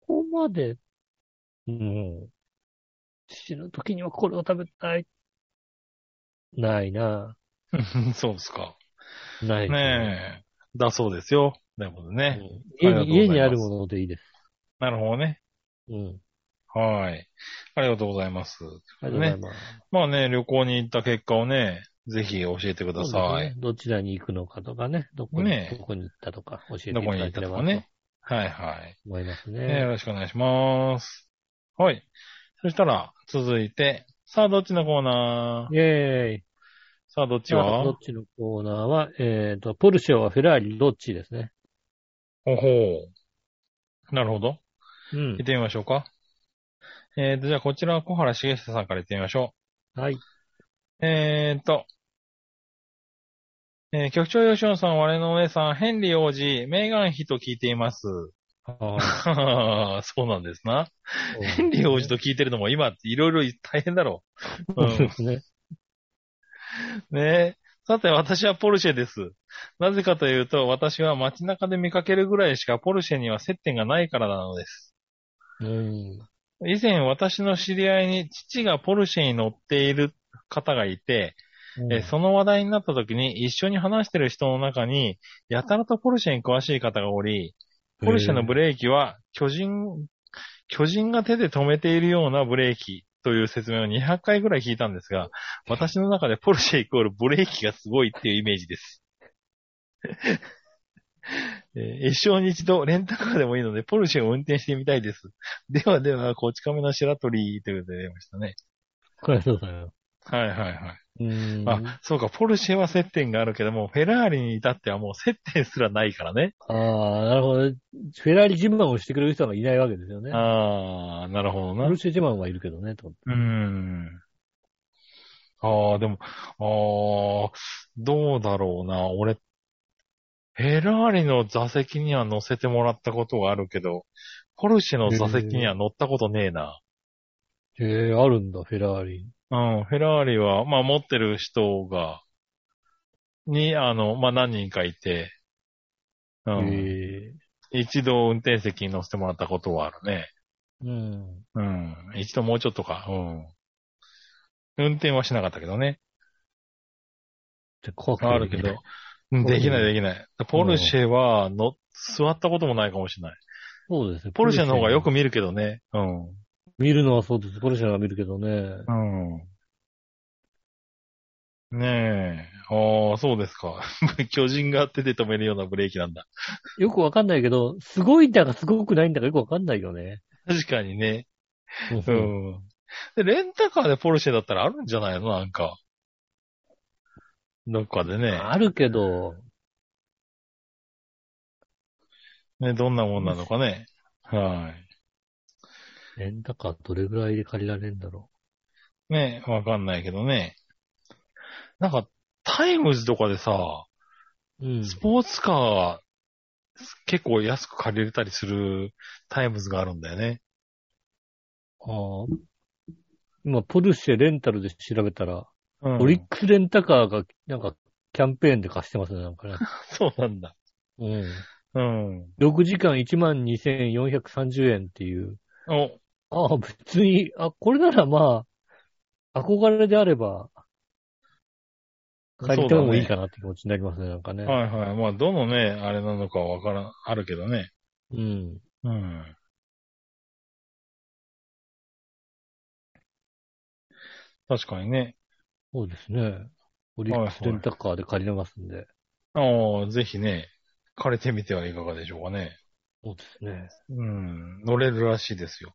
Speaker 2: ここまで、うん。死ぬ時にはこれを食べたい。ないな
Speaker 3: そうですか。
Speaker 2: ないです
Speaker 3: ねえ。だそうですよ。なるほどね。
Speaker 2: うん
Speaker 3: ありがとう
Speaker 2: 家に、
Speaker 3: ございます
Speaker 2: 家にあるものでいいです。
Speaker 3: なるほどね。
Speaker 2: うん。
Speaker 3: はい。ありがとうございます。
Speaker 2: ありがとうございます。
Speaker 3: まあね、旅行に行った結果をね、ぜひ教えてく
Speaker 2: そ
Speaker 3: だ
Speaker 2: う
Speaker 3: さ
Speaker 2: で
Speaker 3: い。
Speaker 2: すねどちらに行くのかとかね、どこに、
Speaker 3: ねえ
Speaker 2: どこに行ったとか教えてい
Speaker 3: ど
Speaker 2: た
Speaker 3: こに行
Speaker 2: だ
Speaker 3: っ
Speaker 2: け
Speaker 3: た
Speaker 2: れ
Speaker 3: と
Speaker 2: ば
Speaker 3: か
Speaker 2: と
Speaker 3: ね。はいはい、
Speaker 2: 思います
Speaker 3: ねよ
Speaker 2: ね。
Speaker 3: ろしくお願いします。はい。そしたら、続いて、さあどっちのコーナー
Speaker 2: イェーイ。
Speaker 3: さあどっち
Speaker 2: ど
Speaker 3: は
Speaker 2: っちのコーナーは、えっ、と、ポルシェはフェラーリ、どっちですね。
Speaker 3: ほほう。なるほど。
Speaker 2: うん
Speaker 3: 行っ。てみましょうか。えーと、じゃあこちらは小原茂久さんから行ってみましょう。
Speaker 2: はい。
Speaker 3: えーっと。えー局長吉野さん、我のお姉さん、ヘンリー王子、メーガン妃と聞いています。 そうなんですな。ヘンリー王子と聞いてるのも今っていろいろ大変だろう。う
Speaker 2: そうで
Speaker 3: ん、
Speaker 2: すね。
Speaker 3: ねえ。さて、私はポルシェです。なぜかというと、私は街中で見かけるぐらいしかポルシェには接点がないからなのです。
Speaker 2: うん。
Speaker 3: 以前私の知り合いに父がポルシェに乗っている方がいて、えーその話題になった時に一緒に話してる人の中に、やたらとポルシェに詳しい方がおり、ポルシェのブレーキは巨人、巨人が手で止めているようなブレーキという説明を200回ぐらい聞いたんですが、私の中でポルシェイコールブレーキがすごいっていうイメージです。えー一生に一度レンタカーでもいいので、ポルシェを運転してみたいです。ではでは、こち亀の白鳥ということで出ましたね。
Speaker 2: ありがとうございます。
Speaker 3: はいはいはい。
Speaker 2: うん。
Speaker 3: あ、そうか、ポルシェは接点があるけども、フェラーリに至ってはもう接点すらないからね。
Speaker 2: ああ、なるほどね。フェラーリ自慢をしてくれる人がいないわけですよね。
Speaker 3: ああ、なるほど
Speaker 2: ポ
Speaker 3: な
Speaker 2: ル。シェ自慢はいるけどね、と。
Speaker 3: うーん。ああ、でも、ああ、どうだろうな。俺、フェラーリの座席には乗せてもらったことはあるけど、ポルシェの座席には乗ったことねえな。
Speaker 2: へえ、あるんだ、フェラーリ。
Speaker 3: うん、フェラーリは、まあ持ってる人が、に、あの、まあ何人かいて、う
Speaker 2: へ
Speaker 3: ん。
Speaker 2: え。
Speaker 3: 一度運転席に乗せてもらったことはあるね。
Speaker 2: うん。
Speaker 3: うん。一度もうちょっとか。うん。運転はしなかったけどね。
Speaker 2: って怖くて
Speaker 3: あるけど。うんできないできない。ポルシェはの、座ったこともないかもしれない。
Speaker 2: そうですね。
Speaker 3: ポルシェの方がよく見るけどね。うん。
Speaker 2: 見るのはそうです。これしか見るけどね。
Speaker 3: うん。ねえ。ああ、そうですか。 巨人が手で止めるようなブレーキなんだ。
Speaker 2: よくわかんないけど、すごいんだかすごくないんだかよくわかんないよね。
Speaker 3: 確かにね。
Speaker 2: うん
Speaker 3: うん。で、レンタカーでポルシェだったらあるんじゃないのなんか。どっかでね。
Speaker 2: あるけど、
Speaker 3: ね、どんなもんなのかね。はい。
Speaker 2: レンタカーどれぐらいで借りられるんだろ
Speaker 3: ね、わかんないけどね。なんか、タイムズとかでさ、
Speaker 2: う。うん。
Speaker 3: スポーツカー、結構安く借りれたりするタイムズがあるんだよね。
Speaker 2: ああ今、ポルシェレンタルで調べたら、
Speaker 3: うん
Speaker 2: オリックスレンタカーが、なんか、キャンペーンで貸してますね、なんか ね。
Speaker 3: そうなんだ。
Speaker 2: うん。
Speaker 3: うん。
Speaker 2: 6時間12,430円っていう。
Speaker 3: お、
Speaker 2: ああ、別に、あ、これならまあ、憧れであれば、借りてもいいかなって気持ちになりますね、なんかね。
Speaker 3: はいはい。まあ、どのね、あれなのかわからん、あるけどね。
Speaker 2: うん。
Speaker 3: うん。確かにね。
Speaker 2: そうですね。オリックスレンタカーで借りれますんで。
Speaker 3: ああ、ぜひね、借りてみてはいかがでしょうかね。
Speaker 2: そうですね。
Speaker 3: うん。乗れるらしいですよ。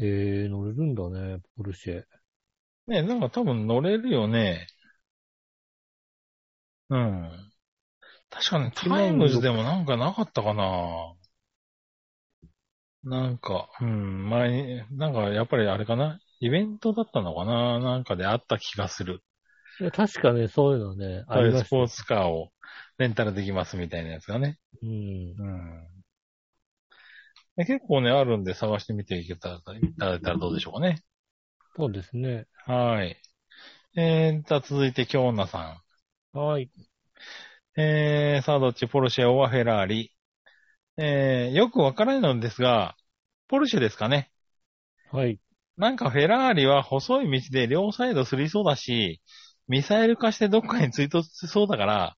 Speaker 2: えー、乗れるんだね、ポルシェ。
Speaker 3: ね、なんか多分乗れるよね。うん。確かね、タイムズでもなんかなかったかな。なんか、うん、前に、なんかやっぱりあれかな。イベントだったのかななんかであった気がする。
Speaker 2: いや確かね、そういうのね、あ
Speaker 3: あ
Speaker 2: り
Speaker 3: れ
Speaker 2: ま
Speaker 3: ス
Speaker 2: した
Speaker 3: ポー。ツカーをレンタルできますみたいなやつがね。
Speaker 2: うん。
Speaker 3: うん。で結構ね、あるんで探してみていけたらいただいたらどうでしょうかね。
Speaker 2: そうですね。
Speaker 3: はい。えー、じゃあ続いて、京奈さん。
Speaker 2: はい。
Speaker 3: えー、さあどっち、ポルシェ、オアフェラーリ。えー、よくわからないのですが、ポルシェですかね。
Speaker 2: はい。
Speaker 3: なんかフェラーリは細い道で両サイドすりそうだし、ミサイル化してどっかに追突しそうだから、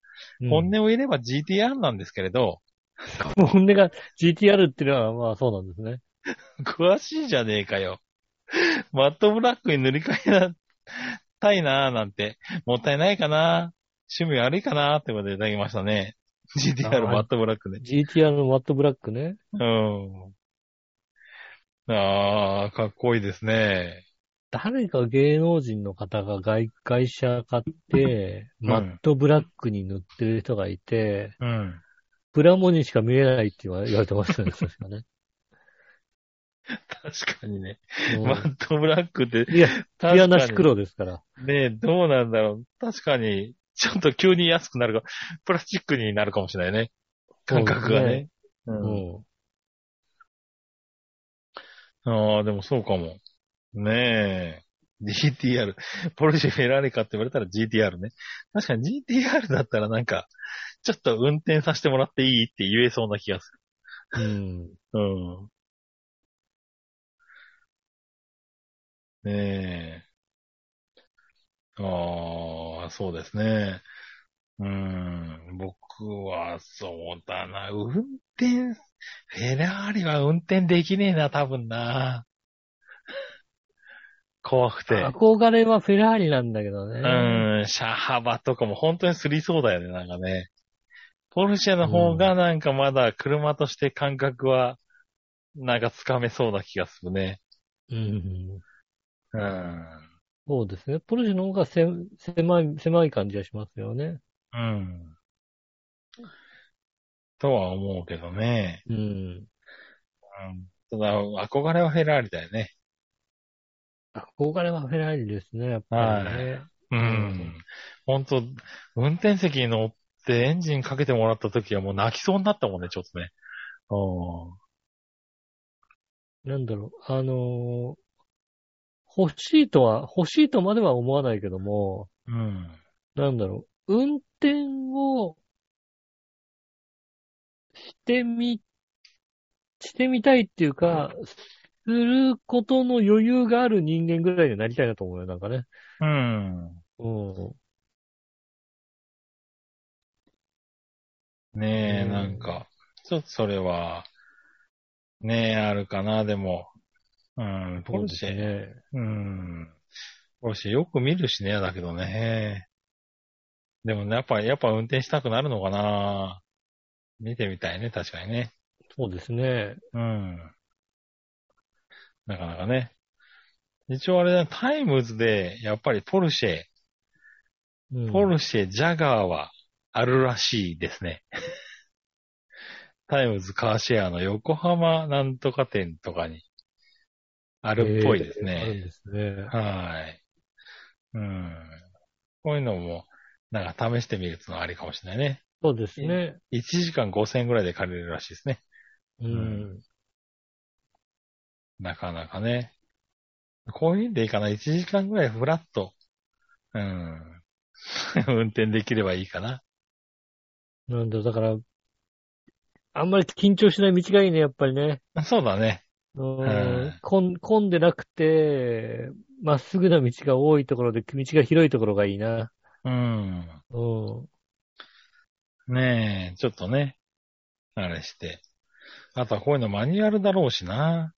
Speaker 3: 本音を言えれば GTR なんですけれど、
Speaker 2: うん 本音が GTR っていうのは、まあそうなんですね。
Speaker 3: 詳しいじゃねえかよ。 マットブラックに塗り替えなたいなーなんて、もったいないかな趣味悪いかなってことでいただきましたね。GTR
Speaker 2: はい
Speaker 3: マットブラックで。
Speaker 2: GTR のマットブラックね。
Speaker 3: うん。ああ、かっこいいですね。
Speaker 2: 誰か芸能人の方が外、外車買って、
Speaker 3: うん
Speaker 2: マットブラックに塗ってる人がいて、
Speaker 3: うん。
Speaker 2: プラモにしか見えないって言わ言われてました ね、確かね。
Speaker 3: 確かにね。
Speaker 2: うん
Speaker 3: マットブラックって、
Speaker 2: いや、
Speaker 3: 確
Speaker 2: ピ
Speaker 3: か
Speaker 2: ア
Speaker 3: に
Speaker 2: ナシクロですから。
Speaker 3: ねどうなんだろう。確かに、ちょっと急に安くなるか、プラスチックになるかもしれないね。感覚がね。う
Speaker 2: そうですね。うん。
Speaker 3: ああ、でもそうかも。ねえ。GTR。ポルシェ、フェラーリかって言われたら GTR ね。確かに GTR だったらなんか、ちょっと運転させてもらっていいって言えそうな気がす
Speaker 2: うん。
Speaker 3: る。うん。ねえ。ああ、そうですね。うん。僕はそうだな。運転、フェラーリは運転できねえな、多分な。怖くて。
Speaker 2: 憧れはフェラーリなんだけどね。
Speaker 3: うん、車幅とかも本当にすりそうだよね、なんかね。ポルシェの方がなんかまだ車として感覚は、なんかつかめそうな気がするね。
Speaker 2: うん。
Speaker 3: うん。
Speaker 2: そうですね。ポルシェの方がせ狭い、狭い感じがしますよね。
Speaker 3: うん。とは思うけどね。
Speaker 2: うん。
Speaker 3: うん。ただ、憧れはフェラーリだよね。
Speaker 2: 憧れはフェラーリですね、やっぱりね。
Speaker 3: うん。本当運転席に乗ってエンジンかけてもらった時はもう泣きそうになったもんね、ちょっとね。
Speaker 2: なんだろう、あのー欲しいとは、欲しいとまでは思わないけども、
Speaker 3: うん。
Speaker 2: なんだろう、運転をしてみ、してみたいっていうか、することの余裕がある人間ぐらいになりたいなと思うよ、なんかね。
Speaker 3: うん。
Speaker 2: うん。
Speaker 3: ねえ、
Speaker 2: うん
Speaker 3: なんか、ちょっとそれは、ねえ、あるかな、でも。うん、ポ
Speaker 2: そう
Speaker 3: ル
Speaker 2: です
Speaker 3: シ
Speaker 2: よ
Speaker 3: ェ。
Speaker 2: ね。
Speaker 3: うん。ポルシェよく見るしね、だけどね。でもね、やっぱ、やっぱ運転したくなるのかな。見てみたいね、確かにね。
Speaker 2: そうですね。
Speaker 3: うん。なかなかね。一応あれだ、タイムズで、やっぱりポルシェ、
Speaker 2: うん
Speaker 3: ポルシェ、ジャガーはあるらしいですね。タイムズカーシェアの横浜なんとか店とかにあるっぽいです
Speaker 2: えーあるん
Speaker 3: ね。
Speaker 2: ですね。
Speaker 3: はい。うん。こういうのも、なんか試してみるっていうのはありかもしれないね。
Speaker 2: そうですね。
Speaker 3: 1時間5000円ぐらいで借りれるらしいですね。
Speaker 2: うん。
Speaker 3: なかなかね。こういうんでいいかな。1時間ぐらいフラット。うん。 運転できればいいかな。
Speaker 2: なんだ、だから、あんまり緊張しない道がいいね、やっぱりね。
Speaker 3: そうだね。
Speaker 2: うん
Speaker 3: はい
Speaker 2: 混ん混んでなくて、まっすぐな道が多いところで、道が広いところがいいな。
Speaker 3: うん。
Speaker 2: うん。
Speaker 3: ねえ、ちょっとね、あれして。あとはこういうのマニュアルだろうしな。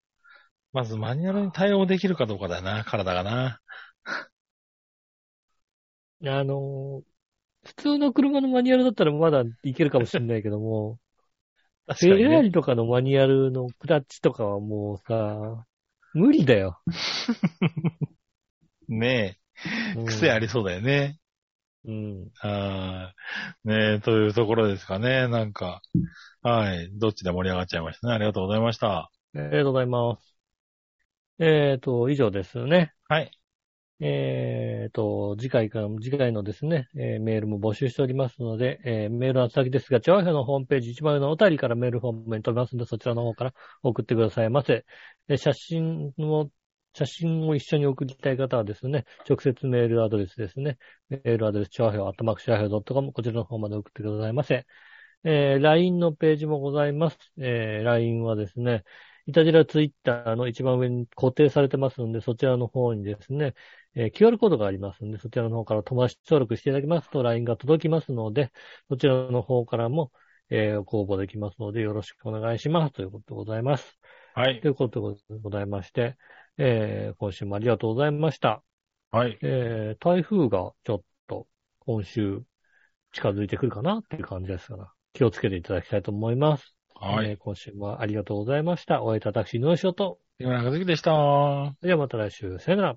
Speaker 3: まずマニュアルに対応できるかどうかだよな、体がな。
Speaker 2: あのー、普通の車のマニュアルだったらまだいけるかもしれないけども、フ
Speaker 3: 確
Speaker 2: ェ
Speaker 3: かに
Speaker 2: ラー
Speaker 3: ね。
Speaker 2: リとかのマニュアルのクラッチとかはもうさ、無理だよ。
Speaker 3: ねえ、癖ありそうだよね。
Speaker 2: うん。うん。
Speaker 3: あーねえ、というところですかね、なんか。はい。どっちで盛り上がっちゃいましたね。ありがとうございました。
Speaker 2: ありがとうございます。えっ、と、以上ですね。
Speaker 3: はい。
Speaker 2: えっ、と、次回から、次回のですね、えーメールも募集しておりますので、えーメールの宛先ですが、調和表のホームページ一番上のお便りからメールフォームに飛びますので、そちらの方から送ってくださいませ。えー写真を、写真を一緒に送りたい方はですね、直接メールアドレスですね、メールアドレス、調和表、アットマーク調和表 .com、こちらの方まで送ってくださいませ。えー LINE のページもございます。えー LINE はですね、いたじらツイッターの一番上に固定されてますので、そちらの方にですね、えー QR コードがありますので、そちらの方から友達登録していただきますと LINE が届きますので、そちらの方からも、えーご応募できますので、よろしくお願いします。ということでございます。
Speaker 3: はい
Speaker 2: と。いうことでございまして、えー今週もありがとうございました。
Speaker 3: はい。
Speaker 2: えー台風がちょっと今週近づいてくるかなっていう感じですから、気をつけていただきたいと思います。
Speaker 3: は
Speaker 2: えー
Speaker 3: い。
Speaker 2: 今週もありがとうございました。お会いいたたくし、井上翔と。
Speaker 3: 木村和樹でした。
Speaker 2: ではまた来週、さよなら。